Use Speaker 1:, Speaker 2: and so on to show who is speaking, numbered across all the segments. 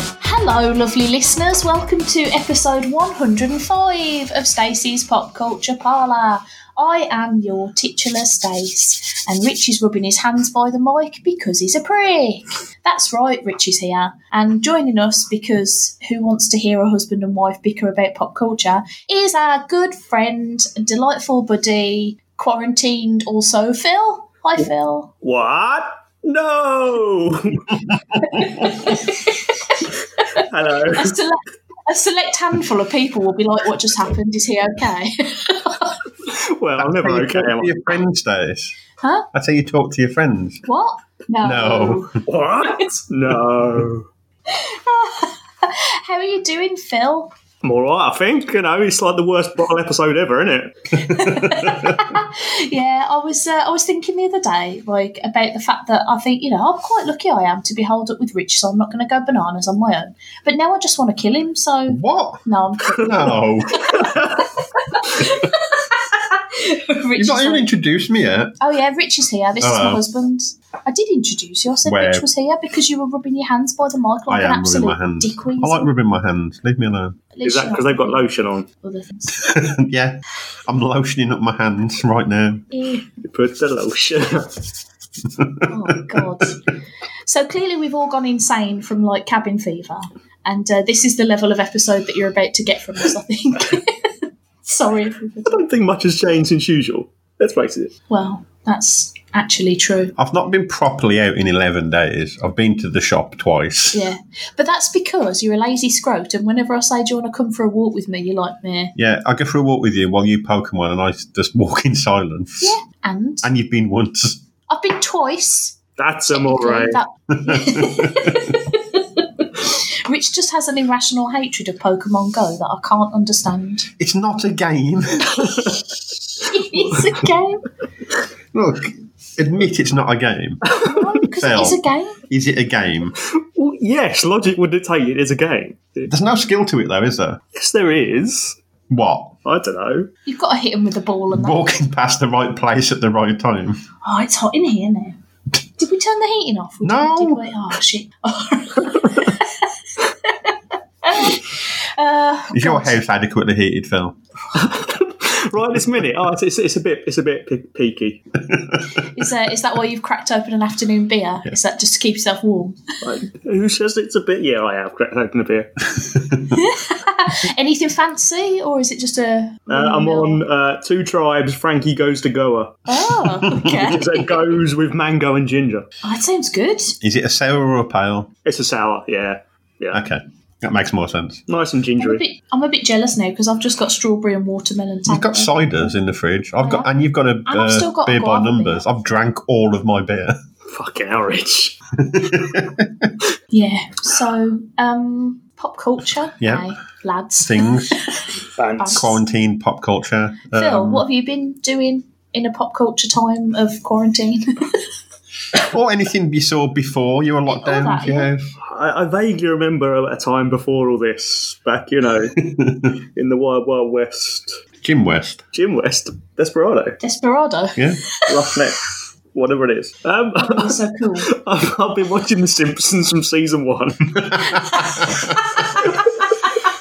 Speaker 1: Hello, lovely listeners. Welcome to episode 105 of Stacey's Pop Culture Parlour. I am your titular Stace, and Rich is rubbing his hands by the mic because he's a prick. That's right, Rich is here. And joining us, because who wants to hear a husband and wife bicker about pop culture, is our good friend, delightful buddy, quarantined also, Phil. Hi, Phil.
Speaker 2: What? No! Hello.
Speaker 1: A select, a select handful of people will be like, What just happened? Is he okay?
Speaker 2: Well, I'm
Speaker 3: That's
Speaker 2: never
Speaker 3: how you
Speaker 2: okay.
Speaker 3: talk
Speaker 2: am
Speaker 3: to your friends, Stace.
Speaker 1: huh?
Speaker 3: That's how you talk to your friends.
Speaker 1: What?
Speaker 3: No.
Speaker 2: I? What? No.
Speaker 1: How are you doing, Phil?
Speaker 2: I'm all right, I think. You know, it's like the worst bottle episode ever, isn't it?
Speaker 1: Yeah, I was uh, I was thinking the other day, like about the fact that I think you know I'm quite lucky I am to be holed up with Rich, so I'm not going to go bananas on my own. But now I just want to kill him, so
Speaker 3: What?
Speaker 1: no, I'm
Speaker 3: No.
Speaker 1: Rich.
Speaker 3: You've
Speaker 1: Is
Speaker 3: not even
Speaker 1: like,
Speaker 3: introduced me yet.
Speaker 1: oh yeah, Rich is here. This is my
Speaker 3: Hello.
Speaker 1: husband. I did introduce you. I said
Speaker 3: Well-
Speaker 1: Rich was here because you were rubbing your hands by the mic like
Speaker 3: I
Speaker 1: an
Speaker 3: am rubbing
Speaker 1: absolute
Speaker 3: my hands.
Speaker 1: dickweed.
Speaker 3: I like rubbing my hands. Leave me alone.
Speaker 2: Is that because they've got lotion on?
Speaker 1: other things?
Speaker 3: yeah. I'm lotioning up my hands right now.
Speaker 1: Ew.
Speaker 2: You put the lotion on.
Speaker 1: Oh God! so clearly, we've all gone insane from like cabin fever, and uh, this is the level of episode that you're about to get from us. I think. Sorry, everybody.
Speaker 2: I don't think much has changed since usual. Let's face it.
Speaker 1: Well, that's actually true.
Speaker 3: I've not been properly out in 11 days. I've been to the shop twice.
Speaker 1: Yeah, but that's because you're a lazy scrote, and whenever I say, "Do you want to come for a walk with me?" you're like, "Meh."
Speaker 3: Yeah, I go for a walk with you while you Pokemon and I s- just walk in silence.
Speaker 1: Yeah, and
Speaker 3: And you've been once.
Speaker 1: I've been twice.
Speaker 2: That's a moray.
Speaker 1: That- Rich just has an irrational hatred of Pokemon Go that I can't understand.
Speaker 3: It's not a game.
Speaker 1: it's a game.
Speaker 3: Look, admit it's not a game.
Speaker 1: Because it
Speaker 3: Phil.
Speaker 1: is a game.
Speaker 3: Is it a game?
Speaker 2: Well, yes, logic would dictate it is a game.
Speaker 3: There's no skill to it, though, is there?
Speaker 2: Yes, there is.
Speaker 3: What?
Speaker 2: I don't know.
Speaker 1: You've got to hit him with a ball and that.
Speaker 3: Walking past the right place at the right time.
Speaker 1: Oh, it's hot in here now. Did we turn the heating off? We
Speaker 3: No.
Speaker 1: didn't, Did we? Oh, shit. uh,
Speaker 3: Is your
Speaker 1: God.
Speaker 3: house adequately heated, Phil?
Speaker 2: Right this minute. Oh, it's, it's, it's a bit. It's a bit pe- peaky.
Speaker 1: Is, uh, is that why you've cracked open an afternoon beer? Is that just to keep yourself warm?
Speaker 2: Like, who says it's a bit? Yeah, I have cracked open a beer.
Speaker 1: Anything fancy, or is it just a.
Speaker 2: Uh, I'm on uh, two tribes. Frankie goes to Goa.
Speaker 1: Oh, okay.
Speaker 2: So it goes with mango and ginger.
Speaker 1: Oh, that sounds good.
Speaker 3: Is it a sour or a pale?
Speaker 2: It's a sour, yeah. Yeah.
Speaker 3: Okay, that makes more sense.
Speaker 2: Nice and
Speaker 1: I'm a
Speaker 2: gingery.
Speaker 1: bit, I'm a bit jealous now because I've just got strawberry and watermelon.
Speaker 3: You've got
Speaker 1: taco.
Speaker 3: ciders in the fridge. I've got,
Speaker 1: Oh, Yeah.
Speaker 3: and you've got a
Speaker 1: I've still
Speaker 3: uh,
Speaker 1: got a
Speaker 3: beer by
Speaker 1: guava
Speaker 3: numbers. I've drank all of my beer.
Speaker 2: Fucking hell, Rich.
Speaker 1: Yeah. So, um, pop culture.
Speaker 3: Yeah.
Speaker 1: eh, lads.
Speaker 3: Things,
Speaker 2: Thanks.
Speaker 3: quarantine, pop culture.
Speaker 1: Phil,
Speaker 3: um,
Speaker 1: what have you been doing in a pop culture time of quarantine?
Speaker 3: Or anything you saw before you were locked
Speaker 1: All
Speaker 3: down.
Speaker 1: that, yeah.
Speaker 3: yes.
Speaker 2: I, I vaguely remember a time before all this, back, you know, in the Wild Wild West.
Speaker 3: Jim West.
Speaker 2: Jim West, Desperado,
Speaker 1: Desperado.
Speaker 3: Yeah.
Speaker 2: Roughneck, whatever it is. Um,
Speaker 1: That's so cool.
Speaker 2: I've, I've been watching The Simpsons from season one.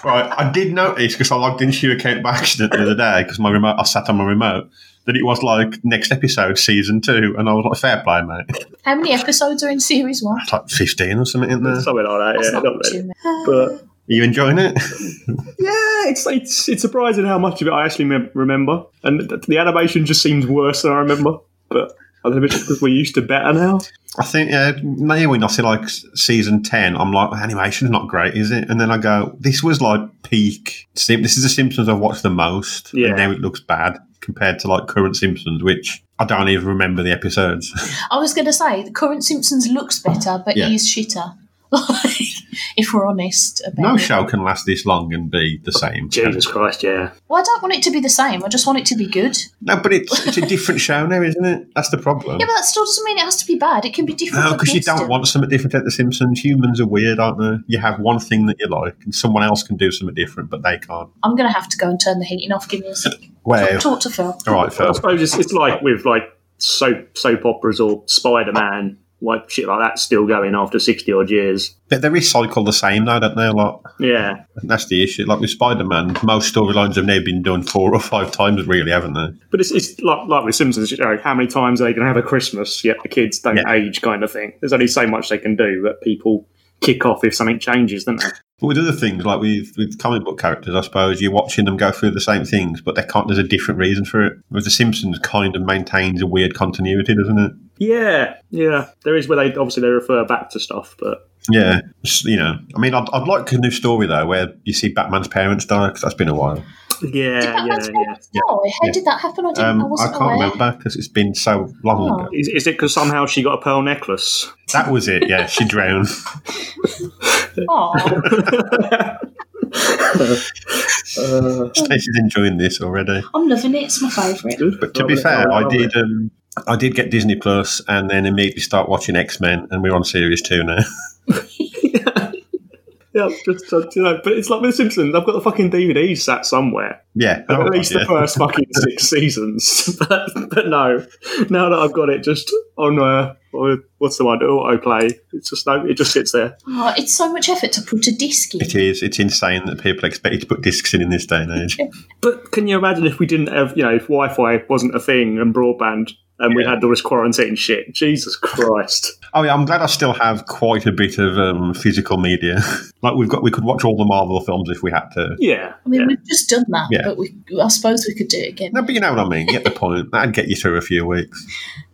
Speaker 3: Right, I did notice because I logged into your account by accident the other day because my remote, I sat on my remote, that it was like next episode, season two, and I was like, fair play, mate.
Speaker 1: How many episodes are in series one?
Speaker 3: It's like 15 or something in there. Are
Speaker 2: Something like that,
Speaker 1: That's
Speaker 2: yeah.
Speaker 1: not
Speaker 2: not
Speaker 1: too
Speaker 2: really.
Speaker 1: many.
Speaker 2: But
Speaker 3: you enjoying it?
Speaker 2: yeah, it's, it's it's surprising how much of it I actually mem- remember, and th- the animation just seems worse than I remember. But I don't know if it's because we're used to better now.
Speaker 3: I think yeah, maybe when I see like s- season ten, I'm like animation's not great, is it? And then I go, this was like peak. Sim- this is the Simpsons I've watched the most,
Speaker 2: Yeah.
Speaker 3: and now it looks bad compared to like current Simpsons, which I don't even remember the episodes.
Speaker 1: I was going to say, the current Simpsons looks better, but
Speaker 3: Yeah.
Speaker 1: he is shitter. Like, if we're honest about
Speaker 3: no
Speaker 1: it.
Speaker 3: show can last this long and be the same.
Speaker 2: Jesus Christ, yeah.
Speaker 1: Well, I don't want it to be the same. I just want it to be good.
Speaker 3: No, but it's it's a different show now, isn't it? That's the problem.
Speaker 1: Yeah, but that still doesn't mean it has to be bad. It can be different.
Speaker 3: no,
Speaker 1: for
Speaker 3: because you
Speaker 1: kids
Speaker 3: don't
Speaker 1: still.
Speaker 3: want something different at The Simpsons. Humans are weird, aren't they? You have one thing that you like, and someone else can do something different, but they can't.
Speaker 1: I'm going to have to go and turn the heating off. Give me a sec.
Speaker 3: Well,
Speaker 1: Talk to Phil.
Speaker 3: all right,
Speaker 2: I
Speaker 3: Phil.
Speaker 2: suppose it's, it's like with like soap soap operas or Spider Man. like shit like that's still going after sixty odd years.
Speaker 3: But they recycle the same now, don't they? Like
Speaker 2: Yeah,
Speaker 3: that's the issue. Like with Spider Man, most storylines have now been done four or five times, really, haven't they?
Speaker 2: but it's, it's like like with Simpsons. You know, how many times are they going to have a Christmas? Yet the kids don't
Speaker 3: Yeah.
Speaker 2: age, kind of thing. There's only so much they can do, but people kick off if something changes, don't they?
Speaker 3: But with other things, like with with comic book characters, I suppose you're watching them go through the same things, but they can't. There's a different reason for it. Whereas The Simpsons kind of maintains a weird continuity, doesn't it?
Speaker 2: Yeah, yeah. There is where they obviously they refer back to stuff, but
Speaker 3: Yeah, S- you know. I mean, I'd, I'd like a new story though, where you see Batman's parents die because that's been a while.
Speaker 2: yeah,
Speaker 1: Did that
Speaker 2: yeah,
Speaker 1: happen?
Speaker 2: yeah.
Speaker 1: Oh, how did that happen? I didn't.
Speaker 3: Um,
Speaker 1: I
Speaker 3: I
Speaker 1: wasn't
Speaker 3: can't
Speaker 1: aware.
Speaker 3: remember because it's been so long
Speaker 1: Oh.
Speaker 3: ago.
Speaker 2: Is, is it because somehow she got a pearl necklace?
Speaker 3: That was it. Yeah, she drowned.
Speaker 1: Oh,
Speaker 3: Stacey's enjoying this already.
Speaker 1: I'm loving it. It's my favourite.
Speaker 3: But to be fair, I did. Um, I did get Disney Plus, and then immediately start watching X Men, and we're on series two now.
Speaker 2: Yeah, just, uh, you know, but it's like with The Simpsons. I've got the fucking DVD sat somewhere.
Speaker 3: yeah,
Speaker 2: At
Speaker 3: Oh,
Speaker 2: least
Speaker 3: yeah.
Speaker 2: the first fucking six seasons. but, but no, now that I've got it, just on uh, or- what's the one? Auto play. It's just no, it just sits there.
Speaker 1: Oh, it's so much effort to put a disc in.
Speaker 3: It is. It's insane that people expect you to put discs in in this day and age.
Speaker 2: But can you imagine if we didn't have, you know, if Wi-Fi wasn't a thing and broadband, and we
Speaker 3: Yeah.
Speaker 2: had all this quarantine shit? Jesus Christ.
Speaker 3: Oh yeah, I'm glad I still have quite a bit of um, physical media. like we've got, we could watch all the Marvel films if we had to.
Speaker 2: Yeah.
Speaker 1: I mean,
Speaker 2: yeah.
Speaker 1: we've just done that,
Speaker 3: Yeah.
Speaker 1: but we, I suppose we could do it again.
Speaker 3: No, but you know what I mean. You Get the point. That'd get you through a few weeks.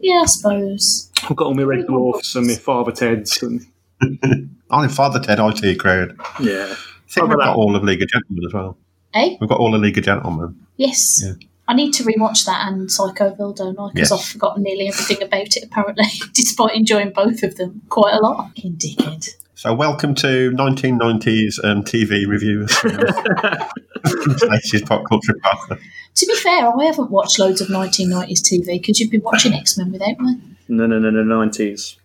Speaker 1: Yeah, I suppose.
Speaker 2: I've got all my red dwarfs and my father Ted's and
Speaker 3: I'm in Oh, Father Ted IT crowd. I
Speaker 2: yeah.
Speaker 3: think
Speaker 2: Oh,
Speaker 3: we've
Speaker 2: but
Speaker 3: got
Speaker 2: that-
Speaker 3: all of League of Gentlemen as well.
Speaker 1: Eh?
Speaker 3: We've got all of League of Gentlemen.
Speaker 1: Yes.
Speaker 3: Yeah.
Speaker 1: I need to rewatch that and Psychoville, don't I? Because
Speaker 3: Yes.
Speaker 1: I've forgotten nearly everything about it, apparently, despite enjoying both of them quite a lot. Indeed.
Speaker 3: So welcome to 1990s um, TV reviews. This is pop culture. Podcast.
Speaker 1: To be fair, I haven't watched loads of 1990s TV because you've been watching X Men without me.
Speaker 2: No, no, no, no, nineties.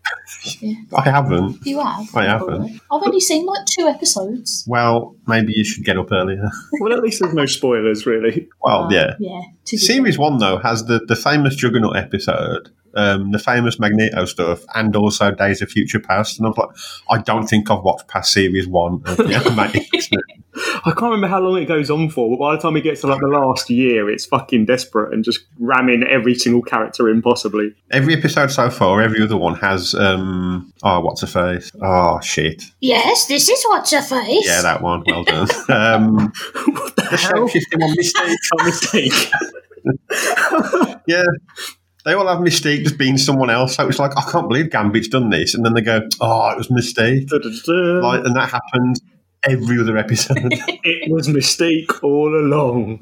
Speaker 3: I haven't.
Speaker 1: You have.
Speaker 3: I uh, haven't.
Speaker 1: probably. I've only seen like two episodes.
Speaker 3: Well, maybe you should get up earlier.
Speaker 2: Well, at least there's no spoilers, really.
Speaker 3: Well,
Speaker 1: Uh,
Speaker 3: yeah.
Speaker 1: Yeah. to be
Speaker 3: Series one though has the the famous Juggernaut episode, um, the famous Magneto stuff, and also Days of Future Past. And I was like, I don't think I've watched past series one. Of the animated X-Men.
Speaker 2: I can't remember how long it goes on for, but by the time it gets to like the last year, it's fucking desperate and just ramming every single character in possibly.
Speaker 3: every episode so far, every other one has. Um, oh, what's her face? Oh shit!
Speaker 1: Yes, this is what's her face.
Speaker 3: Yeah, that one. Well done. um,
Speaker 2: what the hell?
Speaker 3: fifty-one mistake.
Speaker 2: A mistake.
Speaker 3: Yeah. They all have Mystique just being someone else. So it's like, I can't believe Gambit's done this. And then they go, oh, it was Mystique.
Speaker 2: Da-da-da-da.
Speaker 3: Like, and that happened every other episode.
Speaker 2: it was mistake all along.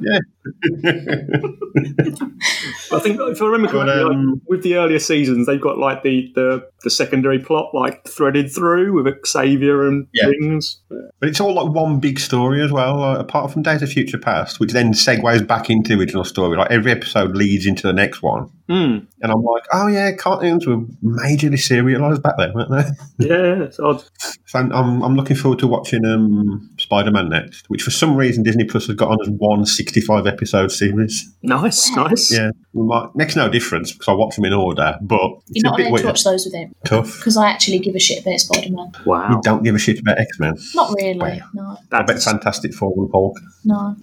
Speaker 2: I think if I remember
Speaker 3: But,
Speaker 2: correctly, like,
Speaker 3: um,
Speaker 2: with the earlier seasons, they've got like the the, the secondary plot like threaded through with Xavier and
Speaker 3: Yeah.
Speaker 2: things.
Speaker 3: But it's all like one big story as well, like, apart from Days of Future Past, which then segues back into the original story. Like every episode leads into the next one.
Speaker 2: Hmm.
Speaker 3: And I'm like, oh yeah, cartoons were majorly serialized back then, weren't they?
Speaker 2: Yeah, it's odd.
Speaker 3: So I'm, I'm, I'm looking forward to watching um, Spider Man next, which for some reason Disney Plus has got on as one 65 episode series.
Speaker 2: Nice,
Speaker 1: Wow.
Speaker 2: nice.
Speaker 3: Yeah. I'm like, makes no difference because I watch them in order, but it's
Speaker 1: You're
Speaker 3: a
Speaker 1: not
Speaker 3: bit
Speaker 1: allowed to
Speaker 3: weird.
Speaker 1: watch those with him
Speaker 3: Tough.
Speaker 1: because I actually give a shit about Spider Man.
Speaker 3: We
Speaker 2: Wow.
Speaker 3: don't give a shit about X Men.
Speaker 1: Not really.
Speaker 3: Wow.
Speaker 1: No.
Speaker 3: I bet
Speaker 2: That's,
Speaker 3: Fantastic Four and Hulk.
Speaker 1: No.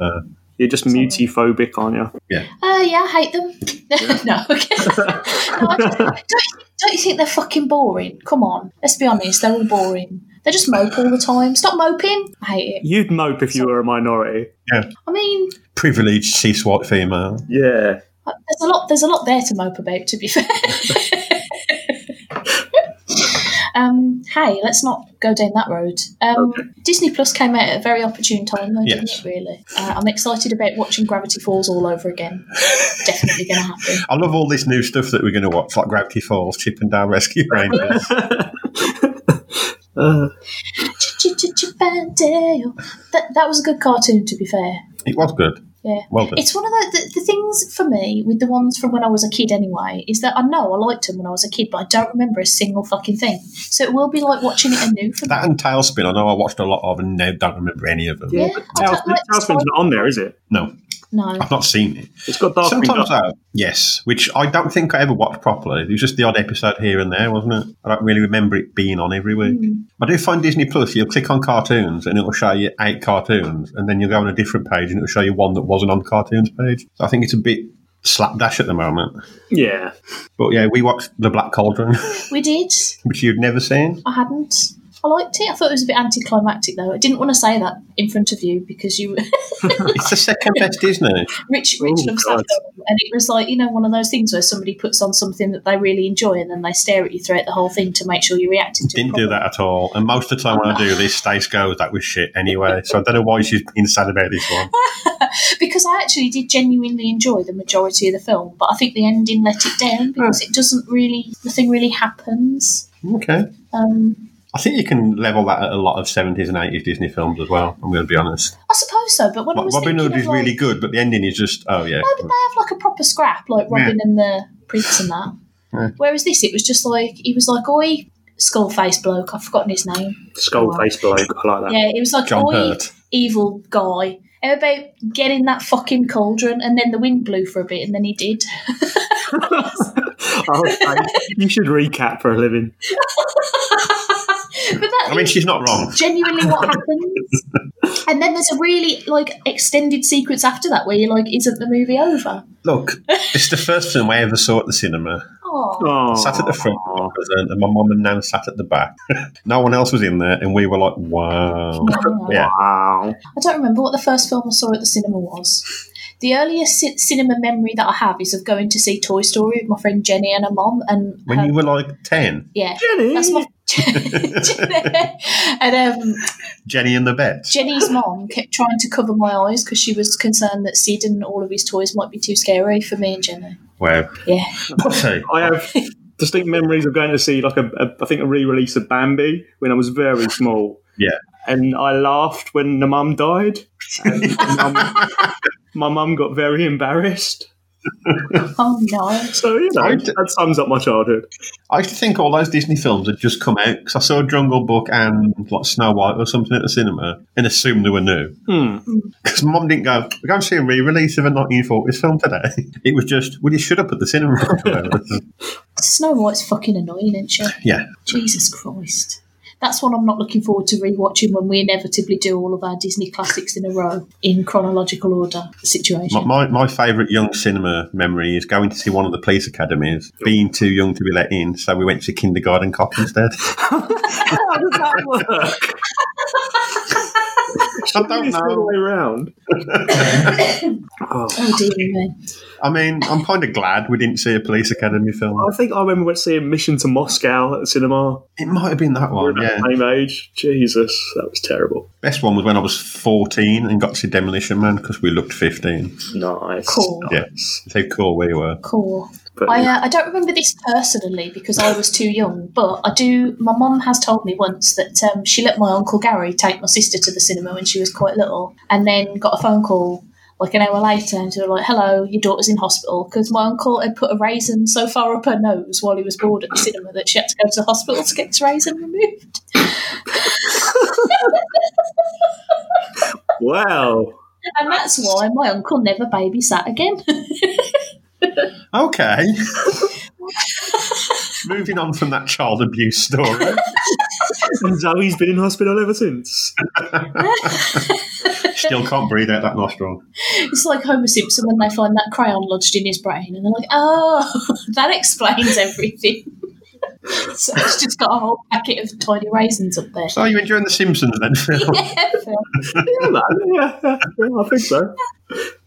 Speaker 2: you're just mutiphobic, aren't you?
Speaker 1: Uh, yeah, I hate them. no, okay. No, I just- don't, you- don't you think they're fucking boring? Come on, let's be honest, they're all boring. They just mope all the time. Stop moping. I hate it.
Speaker 2: You'd mope if you were a minority.
Speaker 1: I mean,
Speaker 3: Privileged cis white female.
Speaker 2: Yeah.
Speaker 1: there's a lot. There's a lot there to mope about. To be fair. um, hey, let's not go down that road. Um, Disney Plus came out at a very opportune time, though,
Speaker 3: Yes.
Speaker 1: didn't it? Really, uh, I'm excited about watching Gravity Falls all over again. Definitely going to happen.
Speaker 3: I love all this new stuff that we're going to watch, like Gravity Falls, Chip and Dale Rescue Rangers.
Speaker 2: Uh,
Speaker 1: Ch-ch-ch-Chippendale. That, that was a good cartoon, to be fair.
Speaker 3: it was good.
Speaker 1: Yeah.
Speaker 3: Well done.
Speaker 1: It's one of the, the, the things for me with the ones from when I was a kid, anyway, is that I know I liked them when I was a kid, but I don't remember a single fucking thing. So it will be like watching it anew for me.
Speaker 3: that and Tailspin, I know I watched a lot of and now don't remember any of them.
Speaker 1: Yeah,
Speaker 2: but
Speaker 1: I don't
Speaker 2: Tails-
Speaker 1: like
Speaker 2: Tailspin's
Speaker 1: Spider-
Speaker 2: not on there, is it?
Speaker 3: No.
Speaker 1: No.
Speaker 3: I've not seen it.
Speaker 2: It's got dark green
Speaker 3: Sometimes
Speaker 2: dot.
Speaker 3: though, yes, which I don't think I ever watched properly. It was just the odd episode here and there, wasn't it? I don't really remember it being on every week. I do find Disney Plus, you'll click on cartoons and it'll show you eight cartoons, and then you'll go on a different page and it'll show you one that wasn't on the cartoons page. So I think it's a bit slapdash at the moment.
Speaker 2: Yeah.
Speaker 3: But yeah, we watched The Black Cauldron,
Speaker 1: We did.
Speaker 3: which you'd never seen.
Speaker 1: I hadn't. I liked it. I thought it was a bit anticlimactic, though. I didn't want to say that in front of you because you,
Speaker 3: It's the second best Disney.
Speaker 1: Rich, Rich
Speaker 2: Oh,
Speaker 1: loves
Speaker 2: God.
Speaker 1: that film, and it was like you know one of those things where somebody puts on something that they really enjoy, and then they stare at you throughout the whole thing to make sure you reacted to. it
Speaker 3: Didn't do
Speaker 1: properly.
Speaker 3: that at all. And most of the time when I do this, Stace goes, that was shit anyway. So I don't know why she's being sad about this one.
Speaker 1: because I actually did genuinely enjoy the majority of the film, but I think the ending let it
Speaker 3: Hmm.
Speaker 1: down because it doesn't really nothing really happens.
Speaker 3: Okay.
Speaker 1: Um,
Speaker 3: I think you can level that at a lot of 70s and 80s Disney films as well, I'm going to be honest.
Speaker 1: I suppose so, but when I was
Speaker 3: Robin
Speaker 1: thinking
Speaker 3: Hood
Speaker 1: of,
Speaker 3: is
Speaker 1: like,
Speaker 3: really good, but the ending is just, oh yeah.
Speaker 1: why would they have like a proper scrap like Robin and the prince and that?
Speaker 3: Yeah.
Speaker 1: Whereas this, it was just like he was like oi skull face bloke. I've forgotten his name.
Speaker 2: Skull face bloke. I like that.
Speaker 1: Oh, Yeah, it was like
Speaker 3: John
Speaker 1: oi
Speaker 3: Hurt.
Speaker 1: evil guy. How about getting that fucking cauldron and then the wind blew for a bit and then he did.
Speaker 2: Oh, okay. you should recap for a living.
Speaker 1: but that
Speaker 3: I mean, she's not wrong.
Speaker 1: genuinely what happens. and then there's a really like extended sequence after that where you're like, isn't the movie over?
Speaker 3: Look, it's the first film I ever saw at the cinema.
Speaker 1: Oh,
Speaker 2: Oh,
Speaker 3: Sat at the front of the present, and my mum and nan sat at the back. no one else was in there, and we were like, wow. Yeah.
Speaker 2: Wow.
Speaker 1: I don't remember what the first film I saw at the cinema was. The earliest ci- cinema memory that I have is of going to see Toy Story with my friend Jenny and her mom, and
Speaker 3: When
Speaker 1: her-
Speaker 3: you were like 10,
Speaker 1: yeah,
Speaker 2: Jenny.
Speaker 1: that's my and um,
Speaker 3: Jenny and the Bet.
Speaker 1: Jenny's mom kept trying to cover my eyes because she was concerned that Sid and all of his toys might be too scary for me and Jenny.
Speaker 3: Wow.
Speaker 1: Yeah.
Speaker 3: Potty.
Speaker 2: I have distinct memories of going to see like a, a I think a re-release of Bambi when I was very small.
Speaker 3: Yeah.
Speaker 2: And I laughed when the mum died. And my mum- my mum got very embarrassed.
Speaker 1: Oh no.
Speaker 2: So you know
Speaker 3: I d-
Speaker 2: that sums up my childhood.
Speaker 3: I used to think all those Disney films had just come out because I saw Jungle Book and like Snow White or something at the cinema and assumed they were new.
Speaker 2: Hmm.
Speaker 3: Because mum didn't go, we're going to see a re release of a 1940s film today. It was just, well, you should have put the cinema on.
Speaker 1: Snow White's fucking annoying, isn't she?
Speaker 3: yeah.
Speaker 1: Jesus Christ. That's one I'm not looking forward to rewatching when we inevitably do all of our Disney classics in a row in chronological order situation.
Speaker 3: My, my, my favourite young cinema memory is going to see one of the police academies, being too young to be let in, so we went to Kindergarten Cop instead.
Speaker 2: How does that work?
Speaker 3: I don't
Speaker 2: It's the other
Speaker 3: know.
Speaker 2: way around. oh.
Speaker 1: Oh dear me.
Speaker 3: I mean, I'm kind of glad we didn't see a police academy film.
Speaker 2: I think I remember we seeing Mission to Moscow at the cinema.
Speaker 3: It might have been that
Speaker 2: We were
Speaker 3: one,
Speaker 2: about
Speaker 3: Oh,
Speaker 2: the
Speaker 3: yeah.
Speaker 2: same age. Jesus, that was terrible.
Speaker 3: Best one was when I was 14 and got to see Demolition Man because we looked 15.
Speaker 2: Nice.
Speaker 1: Cool.
Speaker 2: Nice.
Speaker 3: That's how cool we were.
Speaker 1: Cool.
Speaker 2: But
Speaker 1: I, uh, I don't remember this personally because I was too young, but I do. My mum has told me once that um, she let my uncle Gary take my sister to the cinema when she was quite little, and then got a phone call like an hour later, and they were like, "Hello, your daughter's in hospital," because my uncle had put a raisin so far up her nose while he was bored at the cinema that she had to go to the hospital to get his raisin removed.
Speaker 2: wow.
Speaker 1: And that's why my uncle never babysat again.
Speaker 3: Okay. Moving on from that child abuse story,
Speaker 2: And Zoe's been in hospital ever since.
Speaker 3: still can't breathe out that nostril.
Speaker 1: it's like Homer Simpson when they find that crayon lodged in his brain, and they're like, "Oh, that explains everything." so it's just got a whole packet of tiny raisins up there.
Speaker 3: So are you enjoying The Simpsons then, Phil?
Speaker 1: Yeah, uh, Phil.
Speaker 2: yeah, man. Yeah, yeah, yeah, I think so.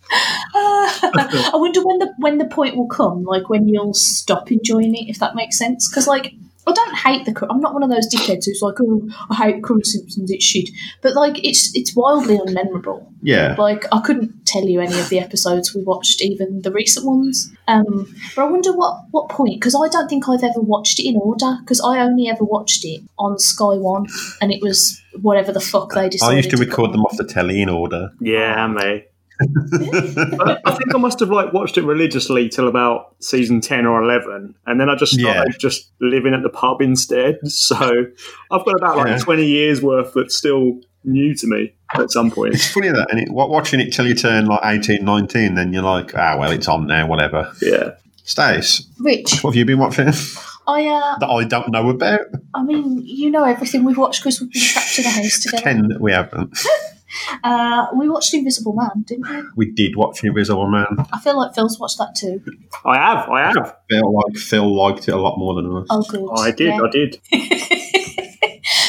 Speaker 1: I wonder when the when the point will come, like when you'll stop enjoying it, if that makes sense. Because like I don't hate the. Cro- I'm not one of those dickheads who's like, "Oh, I hate Homer Simpsons. It's shit." But like, it's it's wildly unmemorable.
Speaker 3: Yeah.
Speaker 1: Like I couldn't tell you any of the episodes we watched, even the recent ones. Um, but I wonder what what point because I don't think I've ever watched it in order because I only ever watched it on Sky One, and it was whatever the fuck they decided.
Speaker 3: I used to
Speaker 1: put
Speaker 3: record
Speaker 1: on.
Speaker 3: them off the telly in order.
Speaker 2: Yeah, mate. I, I think I must have like watched it religiously till about season ten or eleven, and then I just started just living at the pub instead. So I've got about like
Speaker 3: Yeah.
Speaker 2: twenty years worth that's still new to me at some point.
Speaker 3: It's funny that, and it, wa- watching it till you turn like 18, 19, then you're like, ah, well, it's on now, whatever.
Speaker 2: Yeah.
Speaker 3: Stace,
Speaker 1: Rich,
Speaker 3: what have you been watching
Speaker 1: I uh,
Speaker 3: that I don't know about?
Speaker 1: I mean, you know everything we've watched because we've been trapped to the house together.
Speaker 3: Pretend that we haven't.
Speaker 1: Uh, we watched Invisible Man, didn't we?
Speaker 3: We did watch Invisible Man.
Speaker 1: I feel like Phil's watched that too.
Speaker 2: I have. I have.
Speaker 3: Feel like Phil liked it a lot more than us.
Speaker 1: Oh, good.
Speaker 2: I did.
Speaker 1: Yeah.
Speaker 2: I did.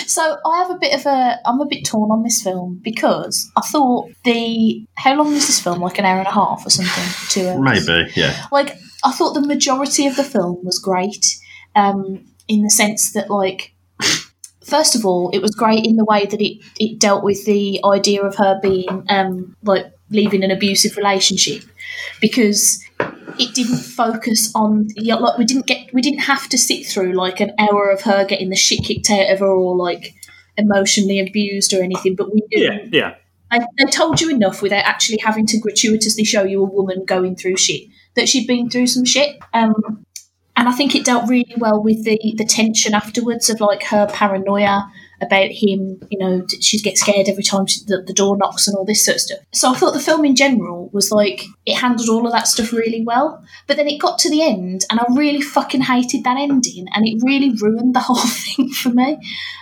Speaker 1: So I have a bit of a I'm a bit torn on this film because I thought the how long is this film? Like an hour and a half or something? Two hours?
Speaker 3: Maybe, yeah.
Speaker 1: Like I thought the majority of the film was great, um, in the sense that like first of all, it was great in the way that it, it dealt with the idea of her being um, like leaving an abusive relationship because it didn't focus on yeah, like we didn't get we didn't have to sit through like an hour of her getting the shit kicked out of her or like emotionally abused or anything but we knew
Speaker 2: Yeah. Yeah.
Speaker 1: I, they told you enough without actually having to gratuitously show you a woman going through shit that she'd been through some shit. Um, and I think it dealt really well with the the tension afterwards of like her paranoia about him. You know, t- she'd get scared every time she, the, the door knocks and all this sort of stuff. So I thought the film in general was like it handled all of that stuff really well. But then it got to the end, and I really fucking hated that ending, and it really ruined the whole thing for me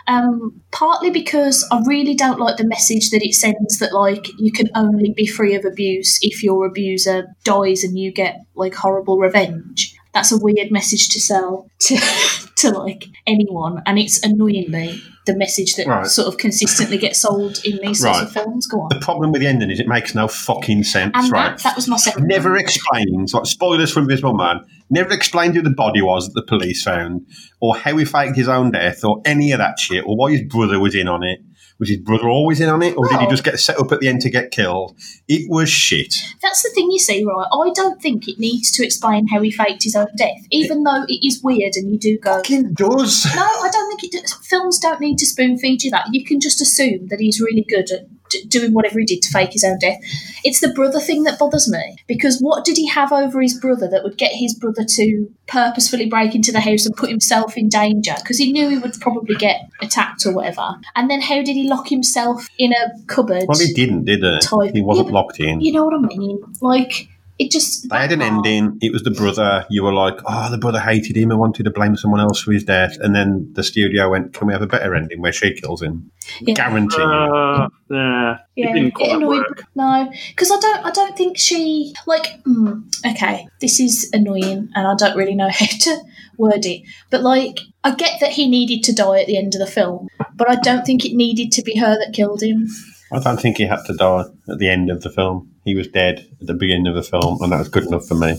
Speaker 1: um, partly because I really don't like the message that it sends that like you can only be free of abuse if your abuser dies and you get like horrible revenge. That's a weird message to sell to to like anyone, and it's annoyingly the message that
Speaker 3: Right.
Speaker 1: sort of consistently gets sold in these sorts of films. Go
Speaker 3: The
Speaker 1: on,
Speaker 3: problem with the ending is it makes no fucking sense,
Speaker 1: and
Speaker 3: right?
Speaker 1: that, that was my second.
Speaker 3: never explains what spoilers for Invisible Man never explained who the body was that the police found, or how he faked his own death, or any of that shit, or why his brother was in on it. Was his brother always in on it, or did he
Speaker 1: No.
Speaker 3: just get set up at the end to get killed? It was shit.
Speaker 1: That's the thing you see, right? I don't think it needs to explain how he faked his own death, even though it is weird, and you do go.
Speaker 3: Fucking does.
Speaker 1: No, I don't think it does. Films don't need to spoon feed you that. You can just assume that he's really good at d- doing whatever he did to fake his own death. It's the brother thing that bothers me because what did he have over his brother that would get his brother to purposefully break into the house and put himself in danger? Because he knew he would probably get attacked or whatever. And then how did he lock himself in a cupboard?
Speaker 3: Well, he didn't, did he?
Speaker 1: Type.
Speaker 3: He wasn't
Speaker 1: Yeah, but-
Speaker 3: locked in.
Speaker 1: you know what I mean? Like it just Oh.
Speaker 3: They had an ending. It was the brother. You were like, oh, the brother hated him and wanted to blame someone else for his death. And then the studio went, can we have a better ending where she kills him?
Speaker 1: Yeah.
Speaker 3: Guaranteed.
Speaker 2: Uh, yeah. It didn't quite
Speaker 1: annoyed
Speaker 2: work.
Speaker 1: me. No, because I don't. I don't think she like. Mm, okay, this is annoying, and I don't really know how to word it. But like, I get that he needed to die at the end of the film, but I don't think it needed to be her that killed him.
Speaker 3: I don't think he had to die at the end of the film. He was dead at the beginning of the film, and that was good enough for me.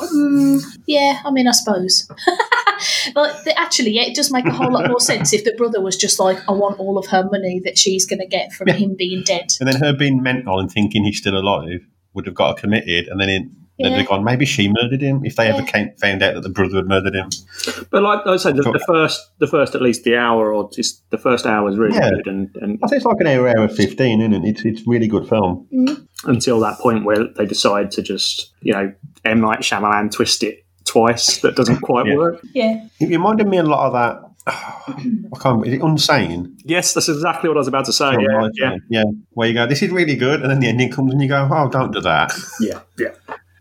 Speaker 1: Mm, yeah, I mean, I suppose. But the- actually, yeah, it does make a whole lot more sense if the brother was just like, "I want all of her money that she's going to get from him being dead."
Speaker 3: And then her being mental and thinking he's still alive would have got her committed, and then it, then
Speaker 1: Yeah.
Speaker 3: they'd gone, maybe she murdered him if they ever
Speaker 1: Yeah.
Speaker 3: came, found out that the brother had murdered him.
Speaker 2: But like I said, the, the first, the first at least the hour or just the first hour is really
Speaker 3: Yeah.
Speaker 2: good, and, and
Speaker 3: I think it's like an hour, hour 15, isn't it? It's, it's really good film.
Speaker 2: until that point where they decide to just you know M Night Shyamalan twist it twice, that doesn't quite
Speaker 3: Yeah.
Speaker 2: work.
Speaker 1: Yeah,
Speaker 3: It reminded me a lot of that. I can't. Is it Unsane?
Speaker 2: Yes, that's exactly what I was about to say. Oh, Yeah, yeah,
Speaker 3: yeah, yeah. Where you go, this is really good, and then the ending comes, and you go, oh, don't do that.
Speaker 2: yeah, yeah.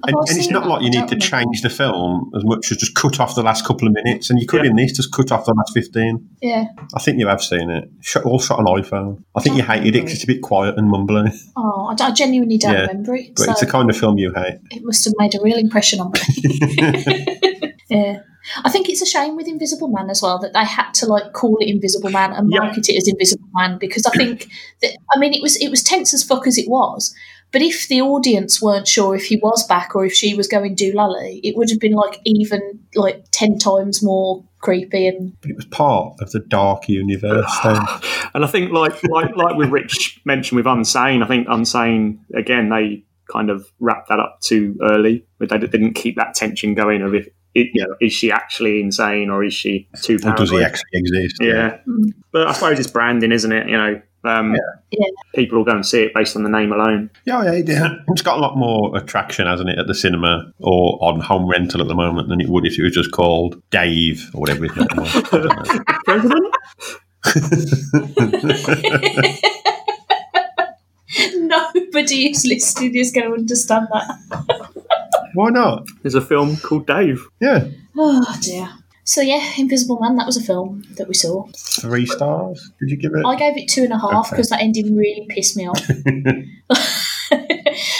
Speaker 1: I've
Speaker 3: And,
Speaker 1: all
Speaker 3: and it's
Speaker 1: seen
Speaker 3: not
Speaker 1: Oh, that,
Speaker 3: like you
Speaker 1: I
Speaker 3: need
Speaker 1: don't
Speaker 3: to
Speaker 1: remember.
Speaker 3: change the film as much as just cut off the last couple of minutes. And you could in this just cut off the last 15.
Speaker 1: Yeah.
Speaker 3: I think you have seen it. Shot, all shot on iPhone. I think you hated it 'cause it's a bit quiet and mumbly.
Speaker 1: Oh, I, d- I genuinely don't
Speaker 3: Yeah,
Speaker 1: remember it.
Speaker 3: But
Speaker 1: so.
Speaker 3: it's the kind of film you hate.
Speaker 1: it must have made a real impression on me. yeah. I think it's a shame with Invisible Man as well that they had to like call it Invisible Man and
Speaker 2: Yeah.
Speaker 1: market it as Invisible Man because I think that I mean it was it was tense as fuck as it was. But if the audience weren't sure if he was back or if she was going doolally, it would have been like even like ten times more creepy and
Speaker 3: But it was part of the dark universe. Then.
Speaker 2: And I think like like like with Rich mentioned with Unsane, I think Unsane again they kind of wrapped that up too early, but they didn't keep that tension going of if it, you know, is she actually insane or is she too
Speaker 3: Or
Speaker 2: paranoid?
Speaker 3: does he actually exist?
Speaker 2: Yeah.
Speaker 1: Mm.
Speaker 2: But I suppose it's branding, isn't it? You know, um,
Speaker 1: Yeah.
Speaker 2: people will go and see it based on the name alone.
Speaker 3: Yeah, yeah, he did. It's got a lot more attraction, hasn't it, at the cinema or on home rental at the moment than it would if it was just called Dave or whatever his name was.
Speaker 2: President?
Speaker 1: Nobody who's listening is going to understand that.
Speaker 3: Why not?
Speaker 2: There's a film called Dave.
Speaker 3: Yeah.
Speaker 1: Oh dear. So yeah, Invisible Man. That was a film that we saw.
Speaker 3: Three stars? Did you give it?
Speaker 1: I gave it two and a half
Speaker 3: Okay.
Speaker 1: because that ending really pissed me off. and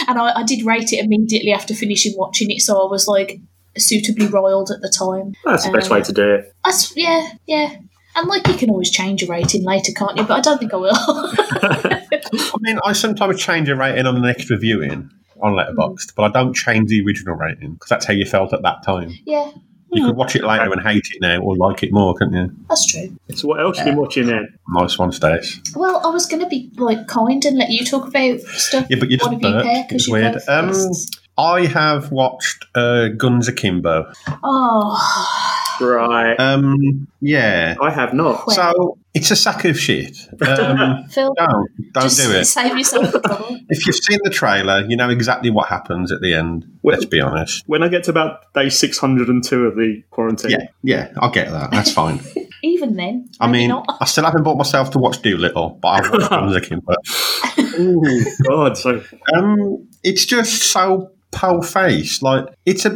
Speaker 1: I, I did rate it immediately after finishing watching it, so I was like suitably riled at the time.
Speaker 2: That's the best
Speaker 1: Um,
Speaker 2: way to do it.
Speaker 1: That's yeah, yeah. And like you can always change a rating later, can't you? But I don't think I will.
Speaker 3: I mean, I sometimes change a rating on an extra viewing on Letterboxd, but I don't change the original rating because that's how you felt at that time.
Speaker 1: yeah,
Speaker 3: You could watch it later and hate it now or like it more, couldn't you?
Speaker 1: that's true.
Speaker 2: So what else have you been watching then?
Speaker 3: Nice one, Stace.
Speaker 1: Well, I was going to be like kind and let you talk about stuff.
Speaker 3: Yeah, but you
Speaker 1: One
Speaker 3: just
Speaker 1: of you pair,
Speaker 3: burped.
Speaker 1: 'cause
Speaker 3: It's
Speaker 1: you
Speaker 3: weird.
Speaker 1: both
Speaker 3: Um,
Speaker 1: first.
Speaker 3: I have watched uh, Guns Akimbo.
Speaker 1: oh,
Speaker 2: Right.
Speaker 3: Um, yeah.
Speaker 2: I have not.
Speaker 1: Well.
Speaker 3: So it's a sack of shit. Um,
Speaker 1: Phil,
Speaker 3: no, don't
Speaker 1: just
Speaker 3: do it.
Speaker 1: save yourself the trouble.
Speaker 3: If you've seen the trailer, you know exactly what happens at the end.
Speaker 2: Well-
Speaker 3: let's be honest.
Speaker 2: When I get to about day 602 of the quarantine,
Speaker 3: Yeah, yeah, I get that. That's fine.
Speaker 1: Even then,
Speaker 3: I
Speaker 1: maybe
Speaker 3: mean,
Speaker 1: not.
Speaker 3: I still haven't bought myself to watch Doolittle, but I've watched Guns Akimbo.
Speaker 2: oh god, so
Speaker 3: Um, it's just so pale faced. Like it's a